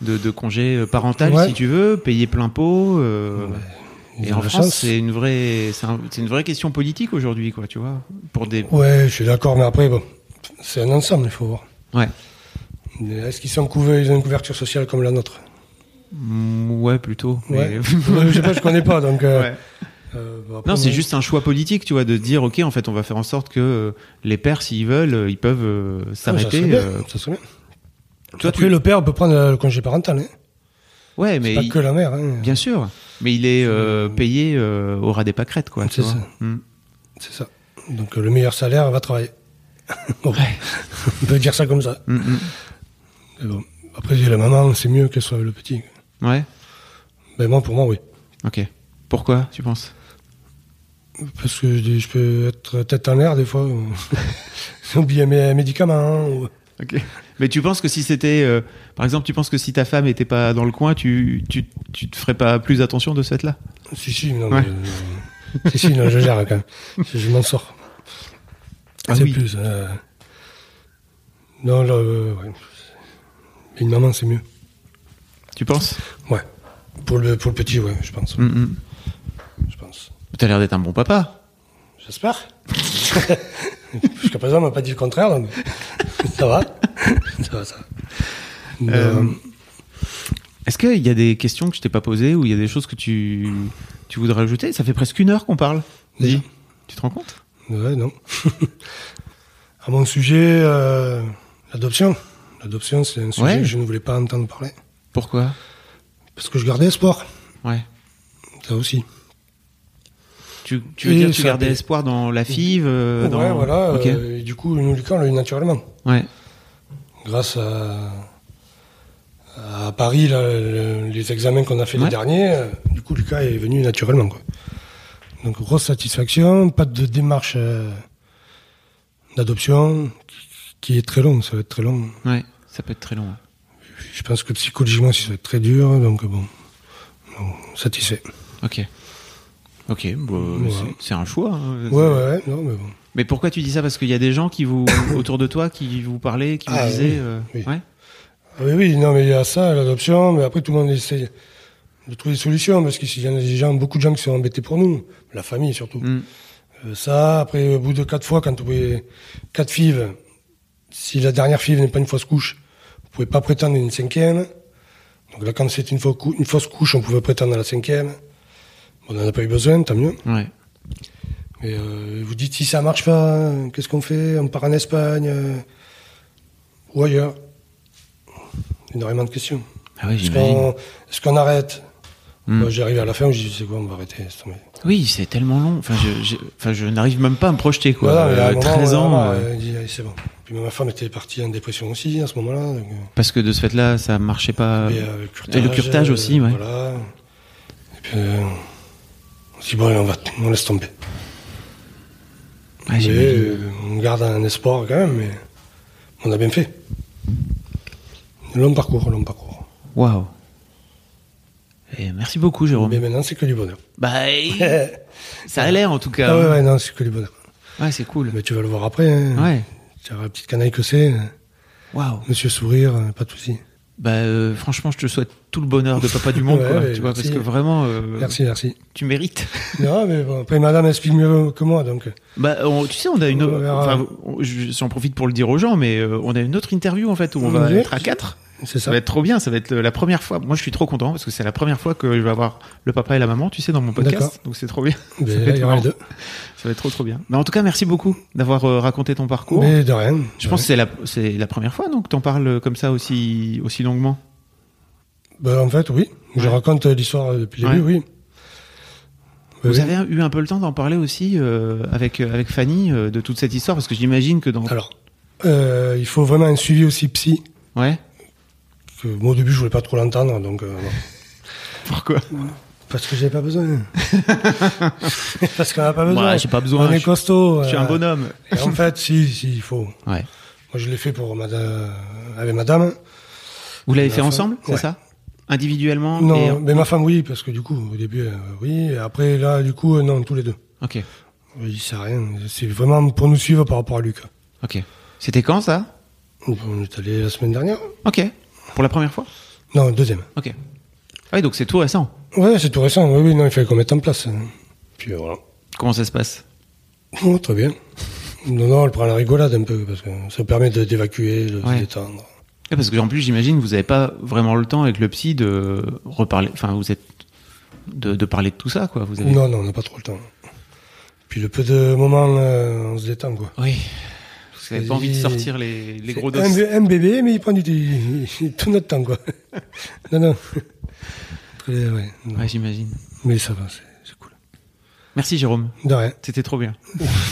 de, de congé euh, parental, Ouais. si tu veux, payer plein pot. euh, ils Et ont en la France, chance. c'est une, vraie... c'est un- c'est une vraie question politique aujourd'hui, quoi, tu vois. Pour des... Ouais, je suis d'accord, mais après, bon, c'est un ensemble, il faut voir. Ouais. Mais Est-ce qu'ils sont couverts, ils ont une couverture sociale comme la nôtre Mm, Ouais, plutôt. mais- Ouais. je sais pas, je connais pas, donc. euh, Ouais. euh, bah, après, Non, c'est moi, juste un choix politique, tu vois, de dire, ok, en fait, on va faire en sorte que euh, les pères, s'ils veulent, euh, ils peuvent euh, Ah, ça serait s'arrêter. bien, euh, ça serait bien. toi, Après, tu- le père peut prendre euh, le congé parental, hein. Ouais, mais C'est pas il- que la mère. Hein. bien sûr. Mais il est euh, payé euh, au ras des pâquerettes, quoi. tu C'est vois. ça. Mm. C'est ça. Donc euh, le meilleur salaire va travailler. Bon. On peut dire ça comme ça. Mm, Mais bon. Après, la maman, c'est mieux qu'elle soit le petit. mm. Ouais. Ben moi, pour moi, oui. Ok. Pourquoi, tu penses Parce que je, je peux être tête en l'air des fois. ou- J'ai oublié mes médicaments. ou- Ok. Mais tu penses que si c'était, euh, par exemple, tu penses que si ta femme était pas dans le coin, tu, tu, tu te ferais pas plus attention de ce fait-là Si, si, non, Ouais. mais, euh, si, si, non, je gère quand même. Je, je m'en sors. Ah c'est oui. plus. euh, Non, là, euh, ouais. Une maman, c'est mieux. Tu penses Ouais. Pour le, pour le petit, ouais, je pense. Mm, mm. Je pense. T'as l'air d'être un bon papa. J'espère. Jusqu'à présent, on m'a pas dit le contraire, donc ça va. ça va, ça va. Mais, Euh, euh, Est-ce qu'il y a des questions que je t'ai pas posées ou il y a des choses que tu, tu voudrais ajouter Ça fait presque une heure qu'on parle. Déjà. Dis. Tu te rends compte Ouais, non. à mon sujet, euh, l'adoption. L'adoption, c'est un sujet Ouais. que je ne voulais pas entendre parler. Pourquoi Parce que je gardais espoir, Ouais. ça aussi. Tu, tu veux Et dire que tu ça gardais fait- espoir dans la FIV euh, dans... Ouais, voilà. Ok. euh, et du coup, nous, Lucas, on l'a eu naturellement. Ouais. Grâce à, à Paris, là, le- les examens qu'on a fait Ouais. les derniers, euh, du coup, Lucas est venu naturellement. Quoi. Donc, grosse satisfaction, pas de démarche euh, d'adoption qui- qui est très longue, ça va être très long. Ouais. Ça peut être très long. hein. Je pense que psychologiquement, aussi, ça va être très dur, hein, donc bon, bon, satisfait. Ok. Ok. bon, Ouais. c'est- C'est un choix. hein. Ouais, ouais, ouais, non, mais bon. Mais pourquoi tu dis ça Parce qu'il y a des gens qui vous autour de toi qui vous parlaient, qui vous Ah, disaient. oui, euh, oui. Ouais. Ah oui, oui, non, mais il y a ça, l'adoption, mais après, tout le monde essaie de trouver des solutions, parce qu'il y en a des gens, beaucoup de gens qui sont embêtés pour nous, la famille surtout. Mm. Euh, ça, après, au bout de quatre fois, quand vous pouvez quatre filles, si la dernière fille n'est pas une fausse couche, vous pouvez pas prétendre une cinquième. Donc là, quand c'est une, fausse cou- une fausse couche, on pouvait prétendre à la cinquième. Bon, on n'en a pas eu besoin, tant mieux. Ouais. Mais euh, vous dites si ça marche pas, euh, qu'est-ce qu'on fait On part en Espagne euh, ou ailleurs Énormément de questions. Ah ouais, Est-ce j'imagine. qu'on est-ce qu'on arrête Mm. Moi, J'arrive à la fin, je dis c'est quoi, on va arrêter. laisse tomber. Oui, c'est tellement long. Enfin, je, je- enfin, je n'arrive même pas à me projeter quoi. Voilà, mais à un Euh, moment, 13 ans. voilà, euh, elle dit, allez, c'est bon. Puis ma femme était partie en dépression aussi à ce moment-là. donc, euh, Parce que de ce fait-là, ça marchait pas. et, euh, le Ah. et le curtage aussi, ouais. voilà. Et puis euh, on se dit bon, allez, on, va, on laisse tomber. Ouais, Mais, j'imagine. euh, on garde un espoir quand même, mais on a bien fait. Long parcours, long parcours. Waouh. Et merci beaucoup, Jérôme. Mais maintenant, c'est que du bonheur. Bah, ah ça a l'air en tout cas. hein. ouais, ouais, non, c'est que du bonheur. Ouais, c'est cool. Mais tu vas le voir après. hein. Ouais. Tu verras la petite canaille que c'est. euh, Waouh. Monsieur Sourire, euh, pas de souci. Bah, euh, franchement, je te souhaite tout le bonheur de papa du monde, Ouais, quoi. ouais, tu vois, merci. parce que vraiment, euh, Merci, merci. tu mérites. non, mais bon, après, madame explique mieux que moi, donc. euh, Bah, on- tu sais, on a une. On verra. Enfin, on- je- j'en profite pour le dire aux gens, mais euh, on a une autre interview en fait où on va Oui. être à quatre. C'est Ça ça. va être trop bien. Ça va être la première fois. Moi, je suis trop content parce que c'est la première fois que je vais avoir le papa et la maman. Tu sais, dans mon D'accord. podcast. Donc c'est trop bien. Mais ça va là, il y être aura marrant. les deux. Ça va être trop trop bien. Mais en tout cas, merci beaucoup d'avoir euh, raconté ton parcours. Mais de rien. Je pense que c'est la, c'est la première fois donc que t'en parles euh, comme ça aussi, aussi longuement. Bah, en fait, oui. Je Ouais. raconte euh, l'histoire depuis le début, oui. Oui, Vous oui. avez eu un peu le temps d'en parler aussi euh, avec, euh, avec Fanny euh, de toute cette histoire parce que j'imagine que dans. Alors, euh, il faut vraiment un suivi aussi psy. Ouais. que moi au début je voulais pas trop l'entendre donc euh, non. Pourquoi parce que j'avais pas besoin parce qu'on a pas besoin Ouais, j'ai pas besoin, on est je- costaud Je suis un euh, bonhomme. et en fait si si il faut moi Ouais. je l'ai fait pour madame avec madame Vous l'avez Ma fait femme- ensemble, c'est ouais. ça Individuellement non et- mais ma femme oui parce que du coup au début euh, oui et après là du coup euh, non tous les deux Ok, il sert à rien c'est vraiment pour nous suivre par rapport à Lucas ok. C'était quand ça on est allé la semaine dernière Ok. Pour la première fois non deuxième Ok. Ah oui, donc c'est tout récent. ouais c'est tout récent oui oui non il fallait qu'on mette en place puis euh, voilà Comment ça se passe Oh, très bien. Non, non, elle prend la rigolade un peu, parce que ça permet de- d'évacuer, de se Ouais. détendre. Ouais, Parce que en plus, j'imagine, vous n'avez pas vraiment le temps avec le psy de reparler. Enfin, vous êtes de, de parler de tout ça, quoi. Vous avez. Non, non, on n'a pas trop le temps. Puis le peu de moments, euh, on se détend, quoi. Oui. Vous n'avez que pas envie de il- sortir les, les gros dos. un, bé- un bébé, mais il prend du, il- il- tout notre temps, quoi. non, non. Après, ouais, non. Ouais, j'imagine. Mais ça va, c'est c'est cool. Merci Jérôme. De rien. C'était trop bien.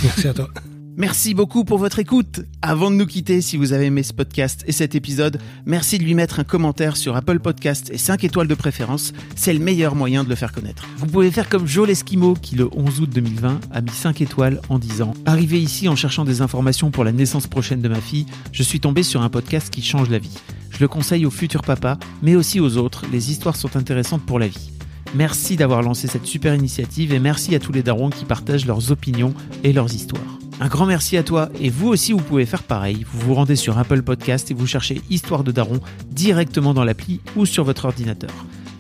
Merci à toi. Merci beaucoup pour votre écoute. Avant de nous quitter, si vous avez aimé ce podcast et cet épisode, merci de lui mettre un commentaire sur Apple Podcast et 5 étoiles de préférence. C'est le meilleur moyen de le faire connaître. Vous pouvez faire comme Joel Esquimau qui, le 11 août 2020, a mis 5 étoiles en disant « Arrivé ici en cherchant des informations pour la naissance prochaine de ma fille, je suis tombé sur un podcast qui change la vie. Je le conseille aux futurs papas, mais aussi aux autres. Les histoires sont intéressantes pour la vie. » Merci d'avoir lancé cette super initiative et merci à tous les darons qui partagent leurs opinions et leurs histoires. Un grand merci à toi et vous aussi vous pouvez faire pareil. Vous vous rendez sur Apple Podcast et vous cherchez Histoire de Daron directement dans l'appli ou sur votre ordinateur.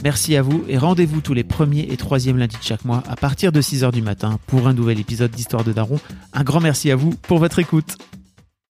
Merci à vous et rendez-vous tous les premiers et troisièmes lundis de chaque mois à partir de 6h du matin pour un nouvel épisode d'Histoire de Daron. Un grand merci à vous pour votre écoute.